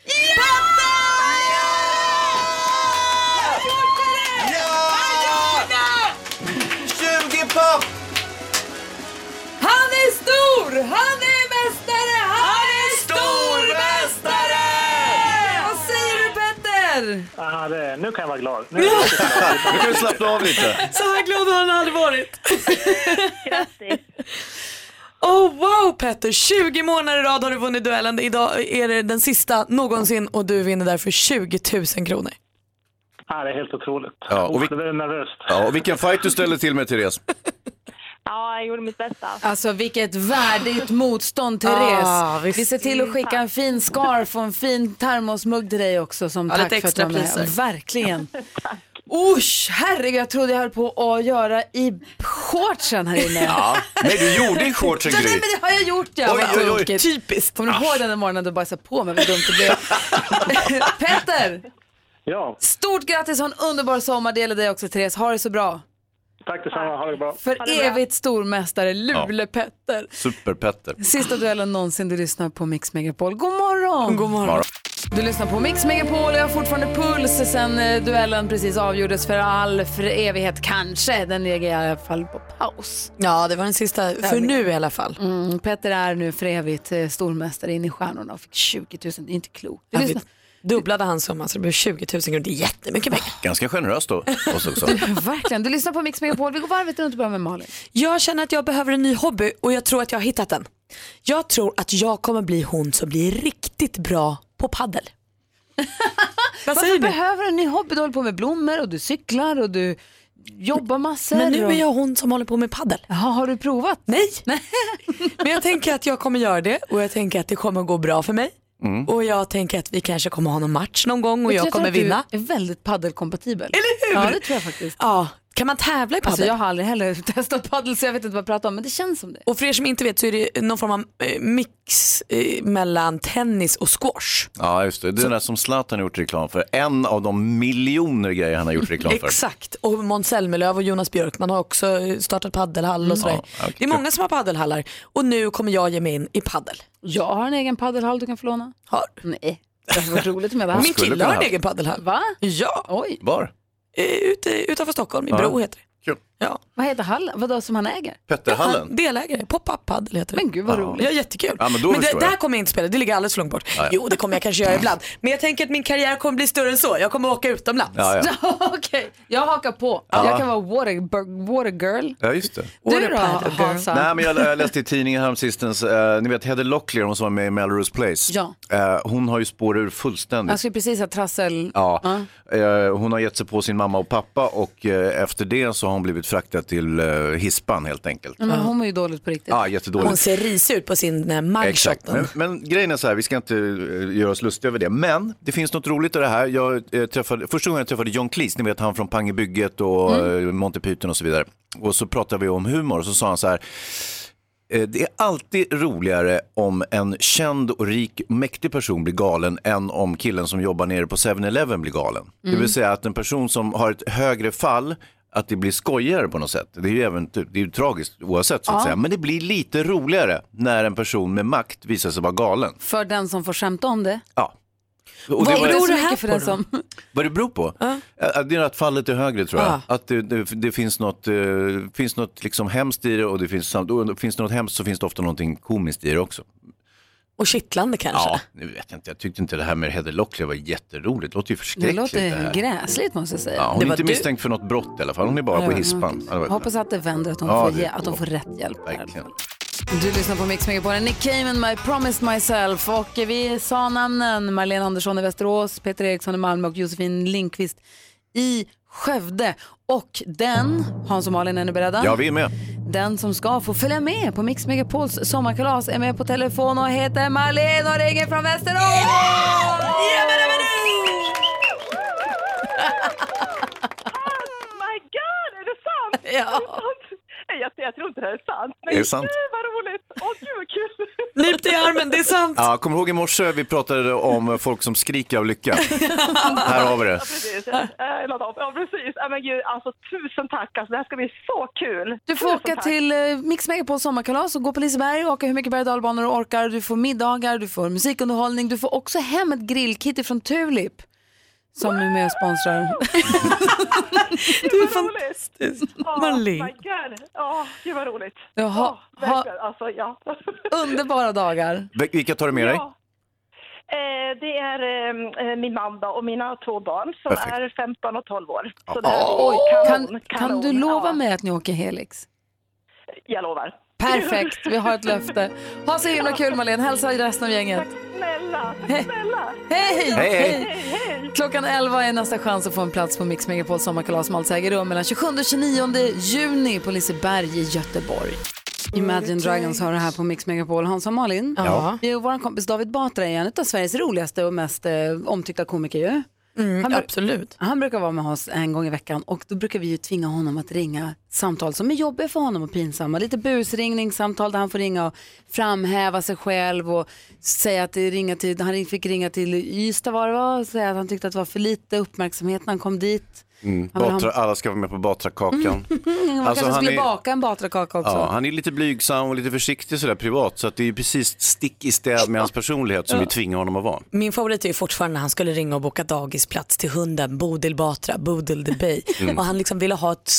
E: Ja! 20 papp!
A: Han är stor! Han är mästare! Han är
E: stormästare!
A: Vad säger du Petter?
O: Ah, det, nu kan jag vara glad. Nu,
C: Nu kan du slappna av lite.
D: Så här glad har han aldrig varit. Oh wow Petter, 20 månader i rad har du vunnit duellen. Idag är det den sista någonsin och du vinner därför 20 000 kronor.
O: ah, det är helt otroligt.
C: Ja, och, vi,
O: Det är nervöst.
C: ja, och vilken fight du ställer till med, Therese.
P: Ja, jag gjorde mitt bästa.
A: Alltså vilket värdigt motstånd Therese.
D: Ah,
A: Vi ser till att skicka en fin scarf och en fin termosmugg till dig också som
D: Ja,
A: Mm, tack
D: lite
A: för att du var med.
D: extrapriser.
A: Verkligen. Usch, herregud jag trodde jag höll på att göra i shortsen här inne.
E: Ja,
C: nej, du gjorde i shortsen,
A: Ja,
C: Gry.
A: Nej men det har jag gjort ja.
C: Oj,
A: Vad
C: oj, oj.
A: tokigt. Typiskt. Kommer du ihåg den där morgonen du bajsade på mig? Vad dumt det blev. Petter,
O: Ja,
A: stort grattis och en underbar sommar. Det gäller dig också Therese. Ha det så bra.
O: tack detsamma. Ha det bra.
A: För evigt stormästare Luleå-Petter.
C: Super-Petter.
A: Sista duellen någonsin du lyssnar på Mix Megapol. God morgon! God
D: morgon.
A: Du lyssnar på Mix Megapol och jag har fortfarande puls sen eh, duellen precis avgjordes för all för evighet kanske. Den ligger i alla fall på paus.
D: Ja, det var den sista för nu i alla fall.
A: Mm, Petter är nu för evigt eh, stormästare in i stjärnorna och fick 20 000. Det är inte klokt. Du
D: Ja,
A: lyssnar.
D: Dubblade hans summa så det blev 20 000 kronor. Det är jättemycket
A: Ah.
D: pengar.
C: Ganska generöst då, oss också.
A: Verkligen. Du lyssnar på Mix Megapol. Vi går varvet runt och börjar med Malin.
D: Jag känner att jag behöver en ny hobby och jag tror att jag har hittat den. Jag tror att jag kommer bli hon som blir riktigt bra på paddel.
A: Vad
D: säger
A: Varför
D: ni?
A: behöver du en ny hobby? Du håller på med blommor och du cyklar och du jobbar massor.
D: Men nu
A: och...
D: är jag hon som håller på med paddel.
A: har du provat?
D: Nej. Men jag tänker att jag kommer göra det och jag tänker att det kommer gå bra för mig.
C: Mm.
D: Och jag tänker att vi kanske kommer ha någon match någon gång och
A: Vet du,
D: jag
A: tror
D: kommer
A: att du
D: vinna.
A: är väldigt paddelkompatibel. Eller
D: hur?
A: Ja, det tror jag faktiskt.
D: Ja, kan man tävla i paddel?
A: Alltså, jag har aldrig heller testat paddel så jag vet inte vad jag pratar om men det känns som det.
D: Och för er som inte vet så är det någon form av eh, mix eh, mellan tennis och squash.
C: Ja, just det. Det är det som Zlatan har gjort reklam för. En av de miljoner grejer han har gjort reklam för.
D: Exakt, och Måns Zelmerlöw och Jonas Björkman har också eh, startat paddelhall
C: Mm.
D: och sådär. Det är många som har paddelhallar och nu kommer jag ge mig in i paddel.
A: Jag har en egen paddelhall du kan få låna.
D: Har
A: Nej, det var roligt om jag var
D: Min kille har en egen paddelhall.
A: Va?
D: Ja. Eh,
A: Oj.
C: Var?
D: Ute, utanför Stockholm, i
C: Ja.
D: Bro heter det.
C: Kul.
D: Ja.
A: Vad heter hallen? Vadå som han äger?
C: Petterhallen?
D: Han- Delägare, pop-up paddel heter det.
A: Men gud vad
D: Ja.
A: roligt.
D: Ja, jättekul.
C: Ja, men då
D: det,
C: förstår
D: det här
C: jag.
D: kommer jag inte spela, det ligger alldeles för långt bort.
C: Ja, ja.
D: Jo, det kommer jag kanske göra ibland. Men jag tänker att min karriär kommer bli större än så. Jag kommer åka utomlands.
C: Ja, ja.
A: Okej, jag hakar på.
C: Ja.
A: Jag kan vara water, water girl.
C: Ja, just det.
A: Du då Hansa?
C: Nej, men jag, jag läste i tidningen häromsistens, eh, ni vet Heather Locklear, hon som var med i Melrose Place.
A: Ja. Alltså,
C: Eh, hon har ju spårat ur fullständigt.
A: Jag skulle precis ha trassel...
C: Ja, eh, hon har gett sig på sin mamma och pappa och eh, efter det så har hon blivit fraktad till eh, hispan helt enkelt.
A: Men hon är ju dåligt på riktigt.
C: Ja, jättedåligt.
D: Hon ser risig ut på sin eh, mugshot.
C: Exakt. Men, men grejen är så här, vi ska inte eh, göra oss lustiga över det. Men det finns något roligt i det här. Jag, eh, träffade, första gången jag träffade John Cleese, ni vet han från Pang i bygget och mm. Monty Python och så vidare. Och så pratade vi om humor och så sa han så här, eh, det är alltid roligare om en känd och rik mäktig person blir galen än om killen som jobbar nere på 7-Eleven blir galen. Det vill säga att en person som har ett högre fall, att det blir skojigare på något sätt. Det är ju, även, typ, det är ju tragiskt oavsett så att
A: Ja.
C: säga. Men det blir lite roligare när en person med makt visar sig vara galen.
A: För den som får skämta om det.
C: Ja. Och
A: Vad
C: var-
A: beror det här för den som...
C: vad det beror på? Ja, Det är att fallet är högre tror jag.
A: Ja.
C: Att det, det, det finns något, eh, finns något liksom hemskt i det och det finns, samt- och finns det något hemskt så finns det ofta någonting komiskt i det också.
D: Och kittlande kanske.
C: Ja, nu vet jag inte. Jag tyckte inte det här med Heather Locklear var jätteroligt. Det låter ju
A: Det
C: förskräckligt det
A: låter
C: här.
A: gräsligt måste jag säga.
C: Ja, hon
A: det
C: är inte
A: du-
C: misstänkt för något brott i alla fall. Hon är bara
A: Ja,
C: på
A: ja.
C: hispan. Ja, det var-
A: Hoppas att det vänder, att de,
C: Ja,
A: får,
C: det-
A: ge, att de får rätt hjälp.
C: Verkligen.
A: Du lyssnar på Mix Megapolen, Nick Cayman, My Promised Myself. Och vi sa namnen, Marlene Andersson i Västerås, Peter Eriksson i Malmö och Josefin Linkvist i Skövde. Och den, Hans och Malin, är ni beredda?
C: Ja, vi är med.
A: Den som ska få följa med på Mix Megapols sommarkalas är med på telefon och heter Marlene och ringer från Västerås!
P: My God, är det sant?
A: Ja.
P: Är det sant? Nej, Jag, jag tror inte det här är sant. Men
C: Är det sant?
P: Gud vad roligt! Åh gud vad kul!
D: Nyp dig i armen, det är sant!
C: Ja, kommer du ihåg i morse vi pratade om folk som skriker av lycka? Här har vi det.
P: Ja, precis. Eh, låt av. Ja, precis. Ja, men gud, alltså tusen tack. Alltså, det här ska bli så kul.
A: Du får
P: Tusen
A: åka
P: tack.
A: till eh, Mix Megapols sommarkalas och gå på Liseberg och åka hur mycket berg och dalbanor du orkar. Du får middagar, du får musikunderhållning, du får också hem ett grillkit från Tulip som nu är med och sponsrar.
P: Du är fantastisk.
A: Malin.
P: Oh my God. Åh, gud vad roligt.
A: Jaha,
P: Åh, verkligen. Alltså, ja.
A: Underbara dagar.
C: Vil- Vilka tar du med dig?
P: Ja. Eh, det är eh, min man då, och mina två barn som
C: Perfekt.
P: är 15 och 12 år. Så det
A: Åh,
P: här blir kanon,
A: kan,
P: kanon.
A: kan du lova mig att ni åker Helix?
P: Jag lovar.
A: Perfekt, vi har ett löfte. Ha så himla kul Malin, hälsa resten av gänget.
P: Snälla, snälla.
A: Hej!
P: Hej, hej.
A: Klockan 11 är nästa chans att få en plats på Mix Megapols sommarkalas som alltså äger rum mellan 27 och 29 juni på Liseberg i Göteborg. Imagine Dragons har det här på Mix Megapol. Hans och Malin,
D: Ja.
A: det är vår kompis David Batra är en av Sveriges roligaste och mest eh, omtyckta komiker ju.
T: Mm,
J: Mm,
A: han bru-
D: absolut.
A: Han brukar vara med oss en gång i veckan och då brukar vi ju tvinga honom att ringa samtal som är jobbiga för honom och pinsamma. Lite busringning, samtal där han får ringa och framhäva sig själv och säga att det ringa till, han fick ringa till Ystad var det var och säga att han tyckte att det var för lite uppmärksamhet när han kom dit.
C: Mm.
A: Ja, men han-
C: Batra, alla ska vara med på Batrakakan.
A: Mm, man
C: Alltså,
A: kanske
C: han
A: skulle
C: är-
A: baka en batrakaka också.
C: Ja, han är lite blygsam och lite försiktig sådär privat så att det är ju precis stick i stäv med hans personlighet som vi tvingar honom att vara.
D: Min favorit är ju fortfarande när han skulle ringa och boka dagisplats till hunden Bodil Batra, Bodil the Bay.
A: Mm.
D: Och han liksom ville ha ett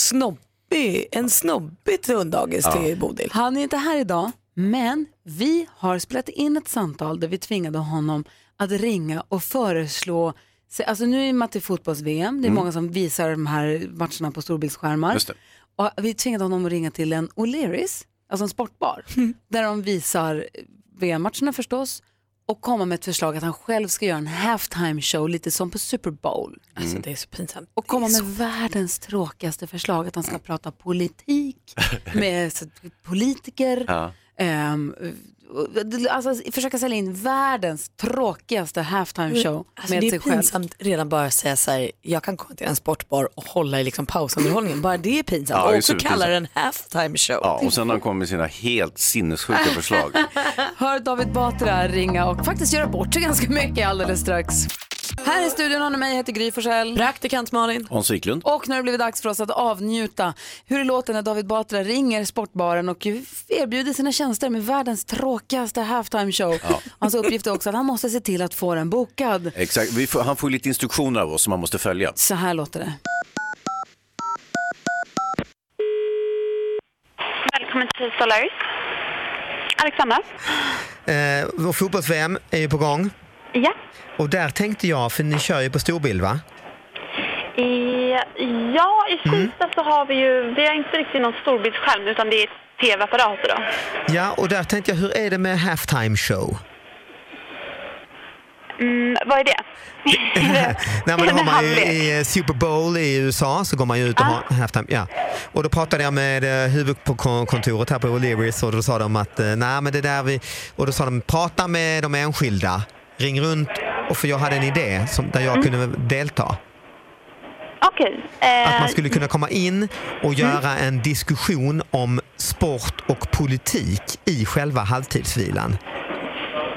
D: snobbig, en snobbigt hunddagis
A: Ja.
D: till Bodil.
A: Han är inte här idag, men vi har spelat in ett samtal där vi tvingade honom att ringa och föreslå sig- Alltså nu är Matti fotbolls-VM, det är
D: Mm.
A: många som visar de här matcherna på storbildsskärmar.
D: Just det.
A: Och vi tvingade honom att ringa till en O'Learys, alltså en sportbar,
D: Mm.
A: där de visar VM-matcherna förstås och komma med ett förslag att han själv ska göra en halftime show, lite som på Super Bowl.
C: Mm.
D: Alltså det är så pinsamt.
A: Och komma med världens tråkigaste förslag, att han ska prata politik med så- politiker.
C: Ja.
A: Ehm, och- alltså, försöka sälja in världens tråkigaste halftime show
D: Alltså,
A: med
D: det är
A: sig själv.
D: pinsamt redan bara att säga så här, jag kan komma till en sportbar och hålla i liksom pausunderhållningen. Bara det är pinsamt.
C: Ja, det
D: och
C: är
D: också
C: superpinsamt.
D: kalla den halftime show.
C: Ja, och sen när han kommer med sina helt sinnessjuka förslag.
A: Hör David Batra ringa och faktiskt göra bort sig ganska mycket alldeles strax. Här i studion har ni mig, jag heter Gry Forssell.
D: Praktikant Malin.
C: Hans Wiklund.
A: Och nu har det blivit dags för oss att avnjuta hur det låter när David Batra ringer sportbaren och erbjuder sina tjänster med världens tråkigaste halftime show. Hans uppgift är också att han måste se till att få den bokad.
C: Exakt, vi får, han får ju lite instruktioner av oss som han måste följa.
A: Så här låter det.
J: Välkommen till Solaris. Alexandra?
T: Eh, vår fotbolls-VM är ju på gång.
J: Ja.
T: Och där tänkte jag, för ni kör ju på storbild va?
J: I, ja,
T: Mm.
J: i Skövde så har vi ju, vi har inte riktigt någon storbildsskärm utan det är tv-apparater då.
T: Ja, och där tänkte jag, hur är det med halftime show?
J: Mm, vad är det?
T: Nej, men det har
J: En
T: man ju
J: halvlek.
T: i eh, Super Bowl i USA så går man ju ut och har halftime. Ja. Och då pratade jag med eh, huvudkontoret här på O'Learys och då sa de att eh, nej men det där vi... Och då sa de prata med de enskilda, ring runt och för jag hade en idé som, där jag kunde delta.
J: Okej. eh,
T: Att man skulle kunna komma in och
J: Mm.
T: göra en diskussion om sport och politik i själva halvtidsvilan.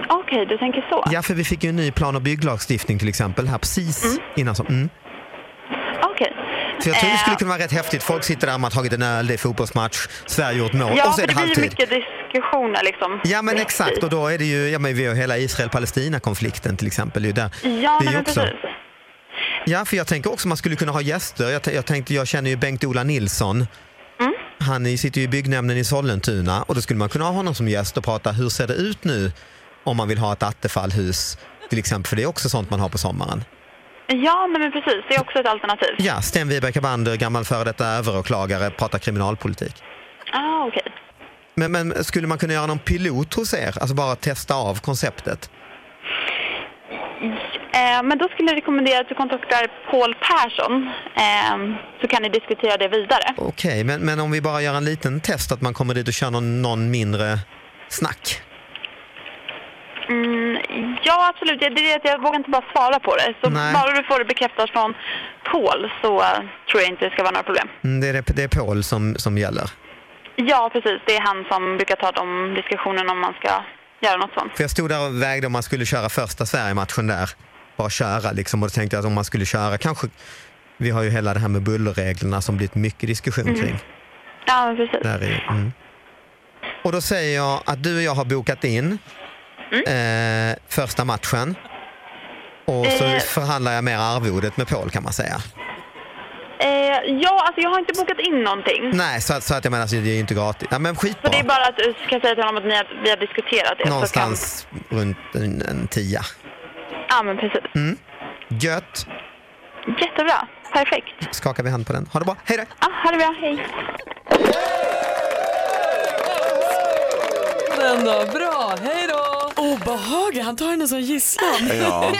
J: Okej, du tänker så.
T: Ja, för vi fick ju en ny plan och bygglagstiftning till exempel här precis innan. Som, mm.
J: Okej.
T: Så jag tror det
J: Eh,
T: skulle kunna vara rätt häftigt. Folk sitter där, man har tagit en öl, det är fotbollsmatch, Sverige gjort mål
J: Ja,
T: och så
J: för
T: är
J: det
T: det
J: blir ju
T: halvtid.
J: mycket diskussioner liksom.
T: Ja men exakt och då är det ju, ja men vi har hela Israel-Palestina-konflikten till exempel. Det är ju där.
J: Ja,
T: det är
J: nej,
T: ju
J: men
T: också.
J: precis.
T: Ja, för jag tänker också man skulle kunna ha gäster. Jag, t- jag tänkte, jag känner ju Bengt-Ola Nilsson. Han är- sitter ju i byggnämnden i Sollentuna och då skulle man kunna ha honom som gäst och prata, hur ser det ut nu om man vill ha ett attefallhus till exempel, för det är också sånt man har på sommaren.
J: Ja, nej, men precis. Det är också ett alternativ.
T: Ja, Sten Wibeke Bander, gammal före detta överåklagare, pratar kriminalpolitik.
J: Ah, okej.
T: Men, men skulle man kunna göra någon pilot hos er? Alltså bara testa av konceptet?
J: Eh, men då skulle jag rekommendera att du kontaktar Paul Persson eh, så kan ni diskutera det vidare.
T: Okej, men, men om vi bara gör en liten test att man kommer dit och kör någon, någon mindre snack?
J: Mm, ja, absolut. Det är det att jag vågar inte bara svara på det. Så
T: Nej.
J: bara du får det bekräftat från Paul så eh, tror jag inte det ska vara några problem.
T: Mm, Det är, det är Paul som, som gäller.
J: Ja, precis. Det är han som brukar ta de diskussionerna om man ska göra något sånt.
T: För jag stod där och vägde om man skulle köra första Sverigematchen där. Bara köra liksom. Och då tänkte jag att om man skulle köra kanske... Vi har ju hela det här med bullerreglerna som blivit mycket diskussion
J: Mm.
T: kring.
J: Ja, men precis.
T: Där är, mm. Och då säger jag att du och jag har bokat in
J: Mm.
T: eh, första matchen. Och så
J: Eh.
T: förhandlar jag mer arvodet med Paul kan man säga.
J: Eh, ja, alltså jag har inte bokat in någonting.
T: Nej, så, att- så att jag menar, så det är ju inte gratis. Ja, men
J: Så
T: skitbra.
J: det är bara att du ska säga till honom att ni har, vi har diskuterat det. Så
T: Någonstans runt en, en tia.
J: kan, ja, men precis.
T: Mm. Gött.
J: Jättebra. Perfekt.
T: Skakar vi hand på den. Ha det bra. Hej då.
J: Ja, ha det bra. Hej.
A: Den då. Bra, hej då!
D: Obehaglig, han tar henne som gisslan.
C: Ja.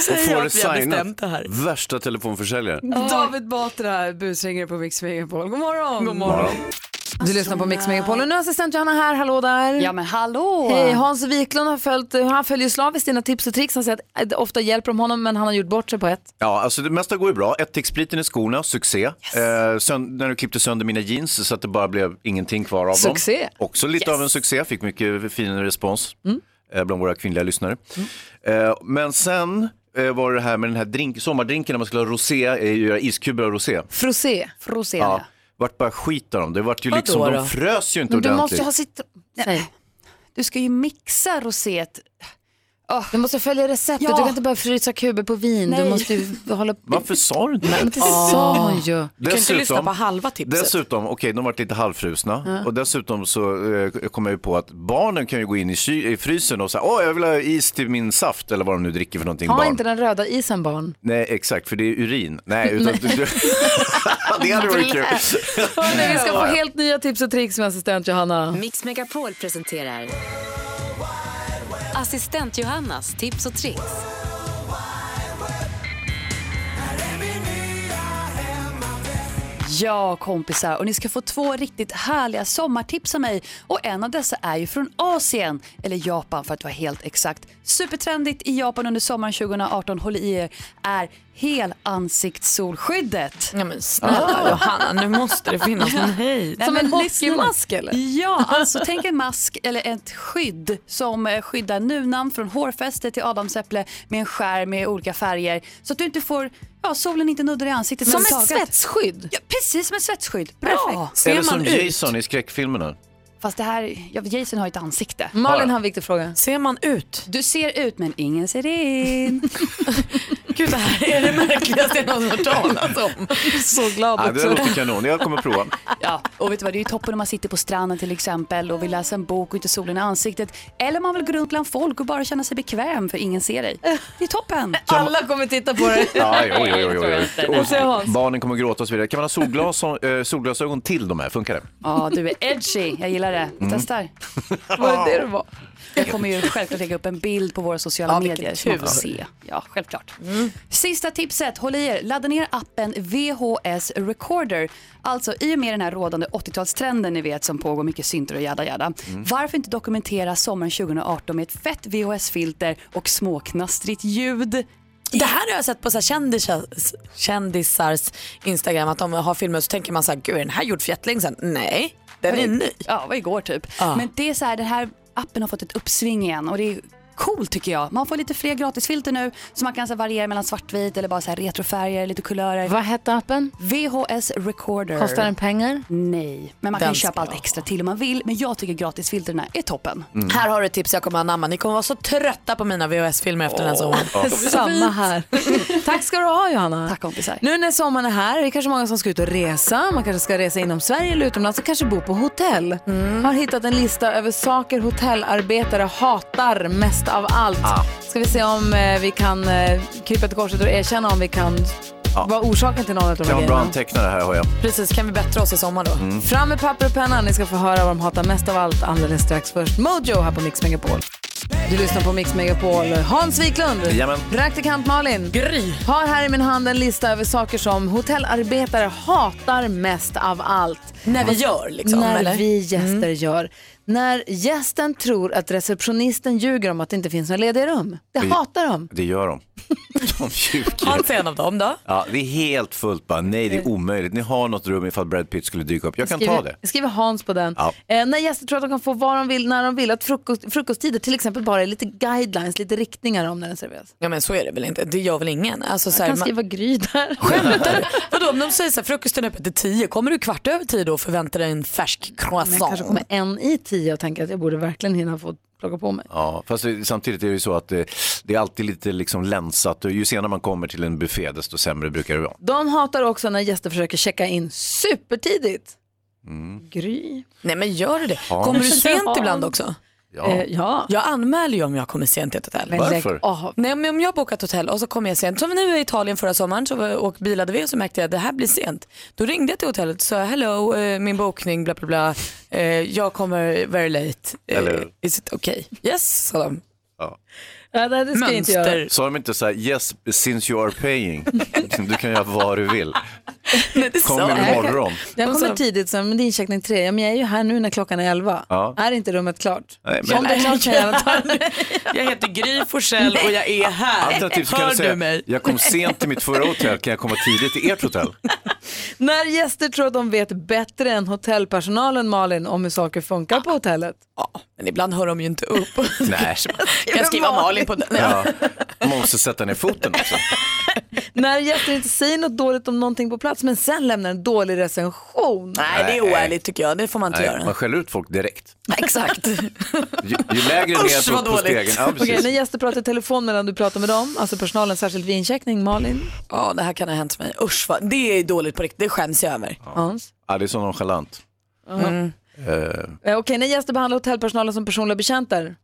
D: Säger
C: får
D: jag
C: det
D: att vi har
C: signat.
D: bestämt det här.
C: Värsta telefonförsäljaren.
A: David Batra, busringare på Mix Megapol. God morgon! God
C: morgon.
A: Du lyssnar på Mix Megapol och nu är assistent Johanna här. Hallå där!
I: Ja men hallå!
A: Hej, Hans Wiklund har följt, han följer slaviskt dina tips och tricks. Han säger att eh, ofta hjälper de honom men han har gjort bort sig på ett.
C: Ja, alltså det mesta går ju bra. Ett spriten i skorna, succé. Eh, sen, när du klippte sönder mina jeans så att det bara blev ingenting kvar av
A: Succé.
C: dem. Också lite av en succé, fick mycket fin respons
N: Mm.
C: eh, bland våra kvinnliga lyssnare. Eh, men sen eh, var det här med den här drink, sommardrinken när man skulle ha rosé, eh, göra iskuber av rosé.
A: Frosé. Frosé,
C: Ja, vart bara skit av dem. Det vart ju
N: Vadå
C: liksom,
N: då?
C: de frös ju inte
N: Men du
C: ordentligt.
N: måste ju ha sitt... Nej. Du ska ju mixa roséet.
A: Du måste följa receptet.
N: Ja.
A: Du kan inte bara frysa kuber på vin. Du
N: Nej.
A: måste ju hålla på.
C: Varför sa du inte
A: Nej, men det sa hon ju.
D: Du kan inte lyssna på halva tipset.
C: Dessutom, okej, de var lite halvfrusna.
D: Ja.
C: Och dessutom så eh, kom jag ju på att barnen kan ju gå in i, ky- i frysen och säga, åh, jag vill ha is till min saft eller vad de nu dricker för någonting.
A: Ta
C: barn.
A: inte den röda isen barn.
C: Nej, exakt, för det är urin. Nej, utan det hade varit kul.
A: Hörrni, vi ska få
C: Ja, ja.
A: helt nya tips och tricks med assistent Johanna.
K: Mix Megapol presenterar Assistent Johannas tips och tricks.
N: Ja, kompisar. Och ni ska få två riktigt härliga sommartips av mig. Och en av dessa är ju från Asien, eller Japan för att vara helt exakt. Supertrendigt i Japan under sommaren 2018, håll i er, är helansiktssolskyddet. Ja, men Ah.
D: snälla Ah, Johanna, nu måste det finnas någon hejd. Som en hockeymask, eller?
N: Ja, alltså tänk en mask eller ett skydd som eh, skyddar nunan från hårfäste till adamsäpple med en skärm med olika färger så att du inte får, ja solen inte nuddar i ansiktet.
D: Som
N: överhuvudtaget.
D: ett svetsskydd?
N: Ja, precis som ett svetsskydd. Bra!
C: Eller som Jason i skräckfilmerna.
N: Fast det här, ja, Jason har ju ett ansikte.
A: Malin har en viktig fråga.
N: Ser man ut? Du ser ut men ingen ser in.
D: Gud, det här är det märkligaste jag någonsin hört talas om.
A: Så glad
C: Ja, det där låter kanon, jag kommer prova.
N: Ja, och vet du vad, det är ju toppen om man sitter på stranden till exempel och vill läsa en bok och inte solen i ansiktet. Eller om man vill gå runt bland folk och bara känna sig bekväm för ingen ser dig. Det är toppen!
A: Alla kommer titta på dig.
C: Ja, jo, jo, jo, jo, jo.
N: Vad säger
C: Och
N: Hans?
C: barnen kommer gråta och så vidare. Kan man ha solglas, eh, solglasögon till de här? Funkar det?
N: Ja, du är edgy. Jag gillar det. Vi
C: Mm.
N: testar.
C: Var det det det
A: var?
N: Jag kommer ju självklart lägga upp en bild på våra sociala
D: Ja, vilken
N: medier så man får
D: tur.
N: se. Ja, självklart. Sista tipset, håll i er. Ladda ner appen VHS Recorder. Alltså i och med den här rådande 80-talstrenden ni vet som pågår mycket synter och jada jada.
C: Mm.
N: Varför inte dokumentera sommaren 2018 med ett fett VHS-filter och småknastrigt ljud?
D: Det här har jag sett på så här kändisars, kändisars Instagram, att de har filmer och så tänker man så här, gud är den här gjord för jättelänge sedan? Nej, den är ny.
N: Ja, det var igår typ.
D: Ja.
N: Men det är så här, den här appen har fått ett uppsving igen och det är cool tycker jag. Man får lite fler gratisfilter nu så man kan så här variera mellan svartvit eller bara så här retrofärger, lite kulörer.
A: Vad hette appen?
N: VHS Recorder.
A: Kostar den pengar?
N: Nej, men man kan
D: Den
N: ju köpa allt extra till om man vill. Men jag tycker gratisfilterna är toppen.
D: Här har du ett tips jag kommer anamma. Ni kommer vara så trötta på mina VHS-filmer efter den här sommaren.
A: Samma här. Tack ska du ha Johanna. Tack
N: kompisar.
A: Nu när sommaren är här, det är kanske många som ska ut och resa. Man kanske ska resa inom Sverige eller utomlands och kanske bo på hotell. Har hittat en lista över saker hotellarbetare hatar mest av allt.
C: Ah.
A: Ska vi se om eh, vi kan eh, krypa till korset och erkänna om vi kan vara orsaken till någon av de här
C: Kan bra
A: grejerna.
C: anteckna det här har jag.
A: Precis, kan vi bättra oss i sommar då?
C: Mm.
A: Fram med papper och penna, ni ska få höra vad de hatar mest av allt alldeles strax. Först Mojo här på Mix Megapol. Du lyssnar på Mix Megapol. Hans Wiklund,
C: Jajamän.
A: praktikant Malin, Gry. har här i min hand en lista över saker som hotellarbetare hatar mest av allt.
D: När vi gör, liksom,
A: När
D: eller? Mm.
A: vi gäster gör. När gästen tror att receptionisten ljuger om att det inte finns några lediga rum. Det
C: Vi-
A: hatar de.
C: Det gör de. De ljuger.
D: Hans är en av dem då.
C: Ja, det är helt fullt bara. Nej, det är omöjligt. Ni har något rum ifall Brad Pitt skulle dyka upp. Jag kan ta
A: Eh. skriver,
C: det.
A: skriver Hans på den.
C: Ja.
A: Eh, när gäster tror att de kan få vad de vill när de vill, att frukost, frukosttider till exempel bara är lite guidelines, lite riktningar om när den serveras.
D: Ja men så är det väl inte. Det gör väl ingen. Alltså, så här,
A: Jag kan
D: man-
A: skriva Gry där.
D: Skämtar du? Vadå om de säger så här, frukosten är öppen till tio, kommer du kvart över tio då och förväntar dig en färsk
A: Men jag kanske
D: croissant?
A: kommer en i tio och tänker att jag borde verkligen hinna få plocka på mig.
C: Ja, fast det- samtidigt är det ju så att det, det är alltid lite liksom länsat. Och ju senare man kommer till en buffé, desto sämre brukar det vara.
A: De hatar också när gäster försöker checka in supertidigt.
C: Mm.
A: Gry.
D: Nej men gör du det?
C: Ja.
D: Kommer du sent
A: Ja.
D: ibland också?
C: Ja. Eh,
A: ja.
D: Jag anmäler ju om jag kommer sent till ett hotell.
C: Men lägg Varför?
D: Nej, men om jag har bokat hotell och så kommer jag sent. Som nu i Italien förra sommaren så var- och bilade vi och så märkte jag att det här blir sent. Då ringde jag till hotellet och sa hello, eh, min bokning bla bla bla. Eh, Jag kommer very late. Eh,
C: Eller-
D: Is it okay? Yes, sa de.
C: Ja.
A: Ja, nej, det ska jag inte göra.
C: Sa de inte så här, yes, since you are paying, du kan göra vad du vill. Kom imorgon.
A: Jag kommer tidigt, så, men din checkning tre, ja, men jag är ju här nu när klockan är elva.
C: Ja.
A: Är inte rummet klart?
C: Nej,
A: Om det är klart kan jag gärna ta det.
D: Jag heter Gry Forssell och jag är här.
C: Alternativt så kan
D: Hör
C: du säga,
D: du mig?
C: jag kom sent till mitt förra hotell, kan jag komma tidigt till ert hotell?
A: När gäster tror att de vet bättre än hotellpersonalen Malin om hur saker funkar på hotellet.
D: Men ibland hör de ju inte upp.
C: Nej,
D: Kan jag skriva Malin på den?
C: ja. man måste sätta ner foten också.
A: När gäster inte säger något dåligt om någonting på plats men sen lämnar en dålig recension.
D: Nej, det är oärligt tycker jag. Det får man inte
C: Nej,
D: göra.
C: man skäller ut folk direkt.
D: Exakt.
C: Ju, ju lägre ner på, på stegen. Ja, precis.
A: Okej, när gäster pratar i telefon medan du pratar med dem, alltså personalen, särskilt vid incheckning, Malin.
D: Ja, det här kan ha hänt mig. Usch, vad, det är dåligt på riktigt. Det skäms jag över.
A: Hans.
C: Ja, det är så nonchalant.
A: Mm.
C: Eh,
A: Eh, Okej, när gäster behandlar hotellpersonalen som personliga betjänter.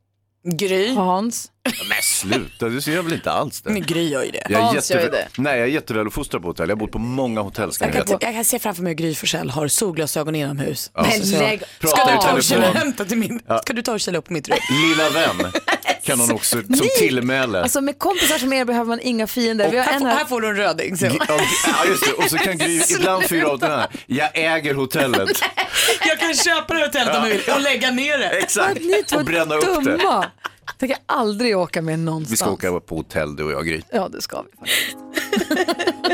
D: Gry.
A: Hans.
C: men sluta, du ser väl inte alls det.
D: Men Gry gör ju det.
C: Jag är,
D: Hans gör ju
C: jätteväl, nej, jag är jätteväl uppfostrad på hotell. Jag har bott på många hotell. Ska
D: Jag
C: jag
D: kan, jag kan se framför mig hur Gry Forssell har solglasögon inomhus.
C: Ja. Men
D: Så-
C: lägg
D: ska,
C: av.
D: du ta och kila,
C: Telefon.
D: hämta till min,
C: Ja.
D: ska du ta och kila upp mitt rum?
C: Lilla vän kan hon också, som
A: Ni-
C: tillmäle.
A: Alltså med kompisar som er behöver man inga fiender. Vi har en här.
D: får du en röding.
C: G- ja, g- ja, just det. Och så kan Gry ibland fyra av den här. Jag äger hotellet.
D: Jag kan köpa det hotellet
C: Ja.
D: om jag vill och lägga ner det.
C: Exakt.
A: Ni två
C: Och bränna upp det.
A: dumma. Tänker aldrig åka med någonstans.
C: Vi ska åka på hotell du och jag Gry.
A: Ja, det ska vi faktiskt.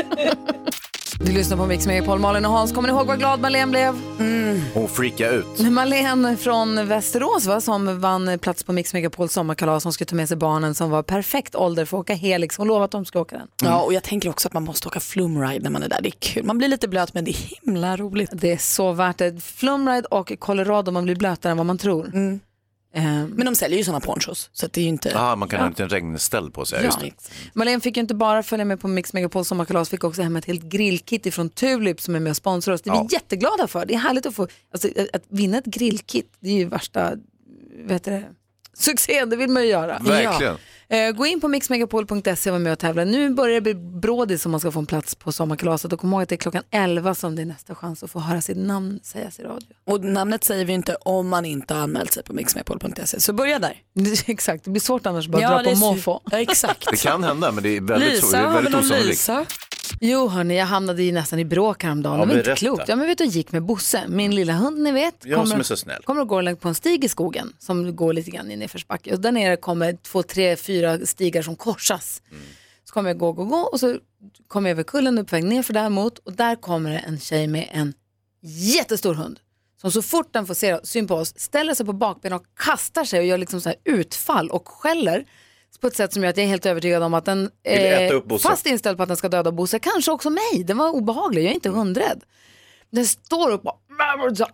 A: du lyssnar på Mix Megapol, Malin och Hans. Kommer ni ihåg vad glad Marlene blev? Mm.
C: Hon freakar ut.
A: Marlene från Västerås va, som vann plats på Mix Megapols sommarkalas. Hon skulle ta med sig barnen som var perfekt ålder för att åka Helix. Hon lovade att de skulle åka den.
D: Ja, och jag tänker också att man måste åka flumride när man är där. Det är kul. Man blir lite blöt men det är himla roligt.
A: Det är så värt det. Flumride och Colorado, man blir blötare än vad man tror.
D: Mm.
A: Ehm.
D: Men de säljer ju sådana ponchos så att det är ju inte...
C: Ah, man kan ha en liten regnställ på sig. Ja,
A: Ja.
C: just det.
A: Marlene fick ju inte bara följa med på Mix Megapols sommarkalas, fick också hem ett helt grillkit från Tulip som är med och sponsrar oss. Det är vi
C: Ja.
A: jätteglada för. Det är härligt att få, alltså, att vinna ett grillkit, det är ju värsta, vet du det, succén, det vill man ju göra.
C: Verkligen.
A: Ja. Eh, Gå in på mixmegapol.se och var med och tävla. Nu börjar det bli brådis om man ska få en plats på sommarkalaset och kom ihåg att det är klockan 11 som det är nästa chans att få höra sitt namn sägas i radio.
D: Och namnet säger vi inte om man inte har anmält sig på mixmepol.se. Så börja där.
A: Exakt, det blir svårt annars bara dra
D: det är
A: på
D: su-
A: måfå.
D: Ja, exakt.
C: Det kan hända, men det är väldigt,
D: Lisa,
C: det är
D: har vi
C: väldigt
D: någon
C: osannolikt.
D: Lisa?
A: Jo, hörni, jag hamnade ju nästan i bråk häromdagen.
C: Ja,
A: det var inte
C: berätta.
A: klokt. Ja, men vet du, jag gick med Bosse, min lilla hund, ni vet.
C: Jag som är så snäll.
A: Kommer att gå längs på en stig i skogen som går lite grann i nedförsbacke. Och där nere kommer två, tre, fyra stigar som korsas. Så kommer jag gå, gå, gå och så kommer jag över kullen upp på väg nerför däremot. Och där kommer det en tjej med en jättestor hund som så fort den får se, syn på oss ställer sig på bakbenen och kastar sig och gör liksom så här utfall och skäller på ett sätt som gör att jag är helt övertygad om att den
C: Vill äta upp Bosse.
A: fast inställd på att den ska döda Bosse, kanske också mig. Den var obehaglig, jag är inte hundrädd. Den står upp och så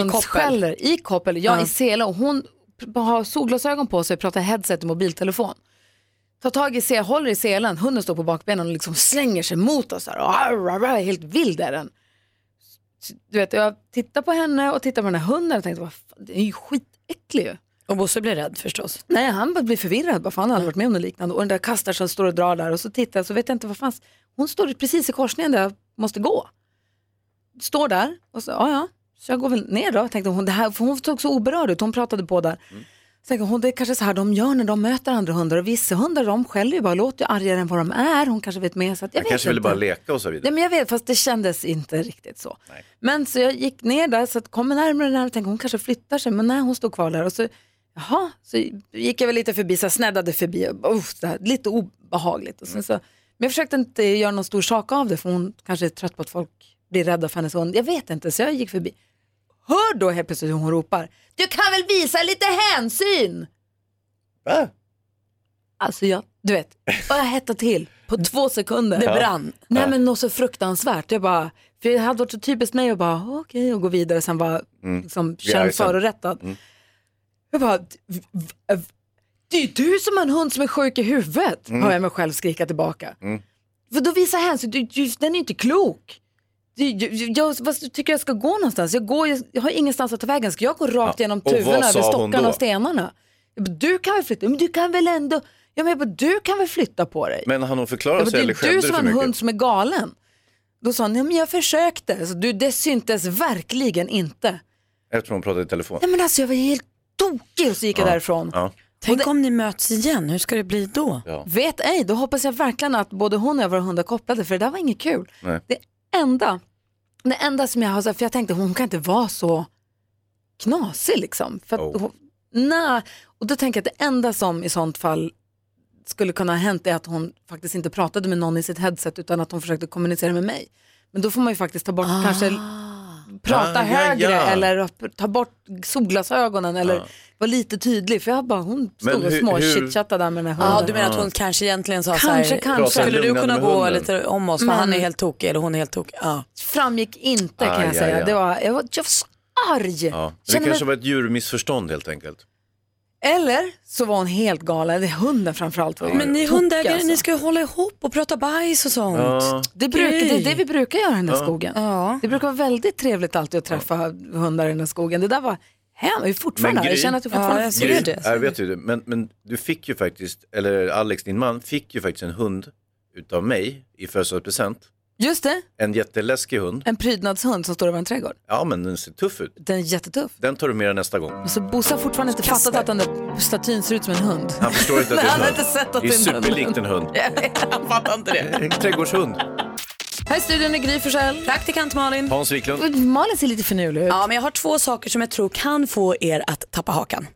A: avgrundsskäller i koppel, jag i
D: Ja.
A: sele och hon p- har solglasögon på sig och pratar headset och mobiltelefon. Tar tag i se, håller i selen, hunden står på bakbenen och liksom slänger sig mot oss. Här, och arr, arr, arr, helt vild är den. Så, Du vet, jag tittar på henne och tittar på den här hunden och tänkte, vad fan, den är ju skitäcklig ju.
D: Och Bosse blir rädd förstås.
A: Nej, han bara blir förvirrad. Vad fan, han har aldrig varit med om något liknande. Och den där kastar som står och drar där och så tittar jag så vet jag inte vad fan. Hon står precis i korsningen där jag måste gå. Står där och så, ja ja. Så jag går väl ner då. Tänkte hon, det här, för hon såg så oberörd ut. Hon pratade på där. Så tänkte hon, det är kanske så här de gör när de möter andra hundar. Och vissa hundar de skäller ju bara, låter ju argare än vad de är. Hon kanske vet mer. Så att, jag
C: Jag
A: vet
C: kanske ville
A: inte.
C: bara leka och så vidare.
A: Nej, men jag vet, fast det kändes inte riktigt så. Men så jag gick ner där, så att kommer närmare och närmare och tänkte hon kanske flyttar sig, men nej, hon stod kvar där. Och så, jaha, så gick jag väl lite förbi, så här, sneddade förbi, och, bara, uff, det här, lite obehagligt.
C: Mm.
A: Och sen så, men jag försökte inte göra någon stor sak av det, för hon kanske är trött på att folk blir rädda för hennes hund. Jag vet inte, så jag gick förbi. Hör då helt plötsligt hur hon ropar, du kan väl visa lite hänsyn?
C: Va?
A: Alltså jag, du vet, och jag hettade till på två sekunder.
D: Det brann.
A: Nej men något så fruktansvärt. Jag bara, för det hade varit så typiskt mig att bara okej och gå vidare sen vara
C: Mm.
A: liksom,
C: Vi är arga
A: känd
C: sen.
A: förorättad.
C: Mm.
A: Jag bara, "V- v- det är du som är en hund som är sjuk i huvudet,
C: Mm.
A: hör jag mig själv skrika tillbaka.
T: Mm-hmm.
C: Mm.
A: För då visar hänsyn, du, du, den är inte klok. Du, du, jag, vad tycker jag ska gå någonstans? Jag, går, ju- jag har ingenstans att ta vägen. Ska jag gå rakt
C: Ja,
A: genom
C: och vad
A: tuvorna
C: sa
A: över
C: hon
A: stockarna
C: då?
A: och stenarna? Jag bara, du kan väl flytta, men du kan väl ändå, ja, men jag bara, du kan väl flytta på dig?
C: Men han hon
A: Ja,
C: förklarar
A: men
C: sig eller
A: det är du
C: skämde
A: som
C: för
A: en
C: mycket?
A: hund som är galen. Då sa han, nej men jag försökte. Så du, det syntes verkligen inte.
C: Eftersom hon pratade i telefon.
A: Nej men alltså jag var helt tokig och så gick jag
C: Ja,
A: därifrån.
C: Ja.
A: Tänk om ni möts igen, hur ska det bli då?
C: Ja.
A: Vet ej, då hoppas jag verkligen att både hon och jag var hundar kopplade för det där var inget kul.
C: Nej.
A: Det enda, det enda som jag har sagt, för jag tänkte hon kan inte vara så knasig liksom. För att
D: Oh.
A: hon, nej. Och då tänker jag att det enda som i sånt fall skulle kunna ha hänt är att hon faktiskt inte pratade med någon i sitt headset utan att hon försökte kommunicera med mig. Men då får man ju faktiskt ta bort kanske prata
D: Ah, ja,
A: högre
D: ja.
A: eller ta bort solglasögonen eller vara lite tydlig för jag bara hon stod
D: Men
A: och
D: hur- hur-
A: småchitchattade där med den här
D: Ja,
A: hunden.
D: du menar att hon kanske egentligen sa
A: Kanske,
D: så här,
A: kanske.
D: skulle du
A: Lugnande
D: kunna
A: med
D: gå
A: hunden. Mm.
D: lite om oss för
A: Men-
D: han är helt tokig eller hon är helt tokig. Ja.
A: framgick inte kan
C: Aj,
A: jag
C: aj,
A: säga.
C: aj.
A: Det var, jag, var, jag var så arg.
C: Ja. Men Det
A: Känner
C: kanske
A: mig-
C: var ett djurmissförstånd helt enkelt.
A: Eller så var hon helt galen. Det är Hunden framförallt var ju
D: Men ni
A: tokig,
D: hundägare,
A: alltså.
D: ni ska ju hålla ihop och prata bajs och sånt.
A: Ja. Det, brukar, det är det vi brukar göra i den där
D: Ja.
A: skogen. Det brukar vara väldigt trevligt alltid att träffa hundar i den där skogen. Det där var hemskt. Fortfarande. Jag känner att jag fortfarande
C: Gry, ja, jag vet ju det. Men, men du fick ju faktiskt, eller Alex, din man, fick ju faktiskt en hund utav mig i födelsedagspresent.
A: Just det,
C: En jätteläskig hund.
A: en prydnadshund som står över en trädgård.
C: Ja, men den ser tuff ut.
A: Den är jättetuff.
C: Den tar du med dig nästa gång.
A: Och så Bosse har fortfarande inte fattat att den där statyn ser ut som en hund.
C: Han förstår inte att
A: Nej,
C: det är en
A: han har
C: hund.
A: inte sett att
C: det är
A: det är en hund.
C: superlikt en hund.
A: Han fattar inte det.
C: En trädgårdshund.
A: Här i studion är Gry Forssell.
D: Praktikant Malin.
C: Hans Wiklund.
A: Malin ser lite finurlig ut.
D: Ja, men jag har två saker som jag tror kan få er att tappa hakan.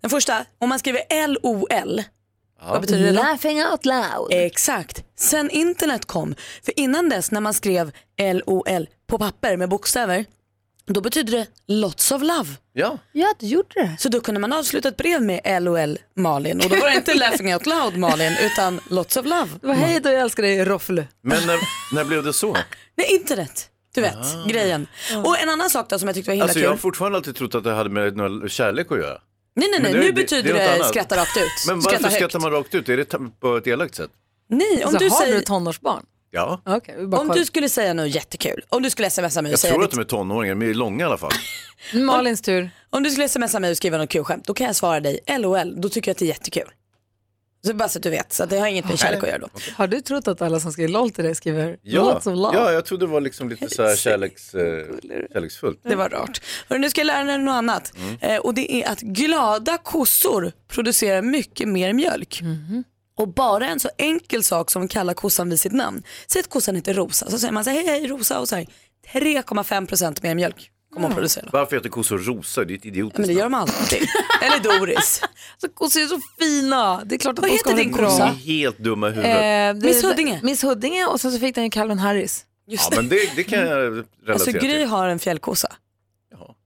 D: Den första, om man skriver LOL, vad betyder det då?
A: Laughing out loud.
D: Exakt, sen internet kom. För innan dess när man skrev LOL på papper med bokstäver, då betydde det lots of love.
C: Ja.
A: Ja, det gjorde det.
D: Så då kunde man avsluta ett brev med LOL Malin och då var det inte laughing out loud Malin utan lots of love.
A: Det var hej då, jag älskar dig, Roffle.
C: Men när, när blev det så?
D: Nej, internet. Du vet,
C: Ah.
D: grejen. Och en annan sak då som jag tyckte var himla
C: Alltså
D: kul.
C: jag har fortfarande alltid trott att det hade med någon kärlek att göra.
D: Nej, nej,
C: Men
D: nej.
C: det-
D: nu
C: det-
D: betyder
C: det är
D: det,
C: något annat.
D: skratta rakt ut.
C: Men varför
D: skratta högt.
C: skrattar man rakt ut? Är det ta- på ett elakt sätt?
D: Nej, om
A: Så
D: Alltså, du
A: har
D: säger...
A: du tonårsbarn?
C: Ja.
A: Okej, vi bara
D: Om
A: kollar.
D: du skulle säga något jättekul, om du skulle smsa mig och
C: Jag
D: säga
C: tror att
D: ditt...
C: de är tonåringar, men de är långa i alla fall.
A: Malins tur.
D: Om du skulle smsa mig och skriva något kul skämt, då kan jag svara dig LOL, då tycker jag att det är jättekul. Så bara så att du vet, så att det har inget med kärlek att göra då.
A: Har du trott att alla som skriver LOL till dig skriver
C: Ja,
A: lots of love?
C: ja jag trodde det var liksom lite så här kärleks, eh, kärleksfullt.
D: Det var rart. Hörru, nu ska jag lära dig något annat.
C: Mm.
D: Eh, och det är att glada kossor producerar mycket mer mjölk.
C: Mm-hmm.
D: Och bara en så enkel sak som att kalla kossan vid sitt namn. Säg att kossan heter Rosa, så säger man så här, hej hej Rosa och så här 3,5% mer mjölk kommer hon producera.
C: Varför heter kossor Rosa? Det är ett
D: Ja, men
C: idiotiskt
D: det gör de alltid. Eller Doris.
A: Så kossor är så fina. Det är klart att
D: Vad
A: de ska
D: heter
A: ha
D: din
A: det bra.
C: namn. Helt dumma i huvudet.
A: Eh, det-
D: Miss Huddinge.
A: Miss Huddinge och sen så fick den ju Calvin Harris.
C: ja, men det, det kan jag
D: Eh,
C: relatera
D: Mm. Alltså
C: till.
D: Gry har en fjällkossa.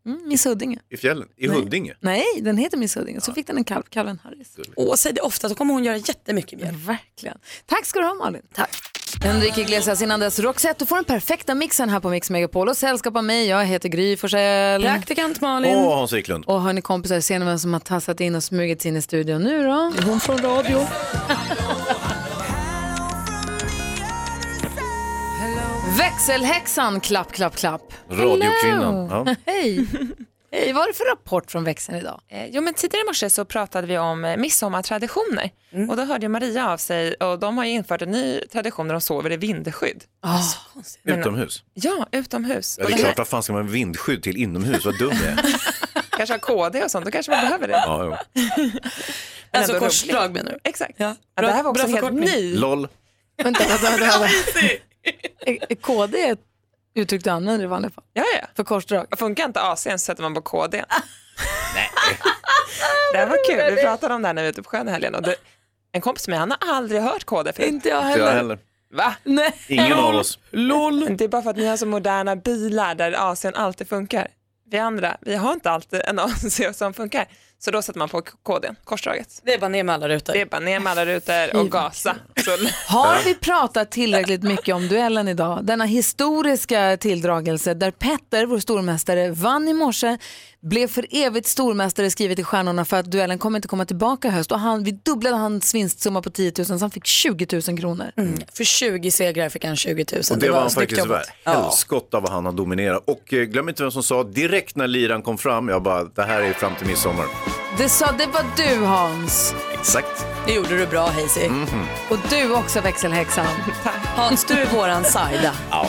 A: Mm, Miss Huddinge.
C: I fjällen? I Huddinge?
A: Nej, den heter Miss Huddinge. Så fick den en kalv, kalven Harris.
D: Åh, säg det ofta så kommer hon göra jättemycket mer.
A: Verkligen. Tack ska du ha Malin. Tack. Enrique Iglesias innan dess Roxette. Du får den perfekta mixen här på Mix Megapol och sällskap av mig. Jag heter Gry Forssell.
D: Praktikant
C: Åh,
A: Malin.
C: Hans Wiklund.
A: Och hörni kompisar, ser ni vem som har tassat in och smugit sig in i studion nu då?
D: Hon från radio.
A: Växelhäxan, klapp, klapp, klapp. Hello.
C: Radiokvinnan, ja.
A: Hej. Hej, vad är det för rapport från växeln idag?
B: Eh, Jo, men tidigare i morse så pratade vi om eh, midsommartraditioner
D: Mm.
B: och då hörde jag Maria av sig och de har ju infört en ny tradition där de sover i vindskydd.
D: Ah,
B: Men-
C: Utomhus?
B: Ja, utomhus.
C: Ja,
B: Och
C: det är
B: den här-
C: klart, vad fan ska man vindskydd till inomhus? Vad dum jag är.
B: Kanske har KD och sånt, då kanske man behöver det.
C: Ja, jo.
B: Men
D: Alltså
B: ändå
D: korsdrag
B: roligt.
D: menar du?
B: Exakt.
D: Ja.
B: Ja, det här var
D: Bra-
B: också
D: bra
B: helt
D: förkortning.
B: ny.
C: LOL.
A: Vänta, vänta, vänta. vänta. Är- är KD är ett uttryck du använder i vanliga fall.
B: Ja, ja.
A: För korsdrag.
B: Funkar inte AC'n så sätter man på KD. Nej. Det här var kul, vi pratade om det här när vi var ute på sjön i helgen och det, en kompis med han har aldrig hört KD förut.
A: Inte jag
C: Inte jag heller.
B: Va?
A: Nej.
C: Ingen av oss.
B: LOL. Det är bara för att ni har så moderna bilar där AC'n alltid funkar. Vi andra, vi har inte alltid en AC som funkar. Så då sätter man på KD, korsdraget.
D: Det är bara ner med alla rutor.
B: Det är bara ner med alla rutor och gasa. Så,
A: Har vi pratat tillräckligt mycket om duellen idag? Denna historiska tilldragelse där Petter, vår stormästare, vann i morse, blev för evigt stormästare skrivet i stjärnorna för att duellen kommer inte komma tillbaka i höst och han, vi dubblade hans vinstsumma på 10 000 så han fick 20 000 kronor.
D: För 20 segrar fick han 20 000.
C: Och det var han
D: snyggt
C: faktiskt
D: jobbat.
C: värd. Helskotta vad han har dominerat. Och eh, glöm inte vem som sa direkt när liran kom fram, jag bara, det här är fram till midsommar.
A: Det sa, det var du Hans.
C: Exakt.
D: Det gjorde du bra Hazy.
C: Mhm.
A: Och du också växelhäxan.
D: Hans, du är våran Saida.
C: Ja.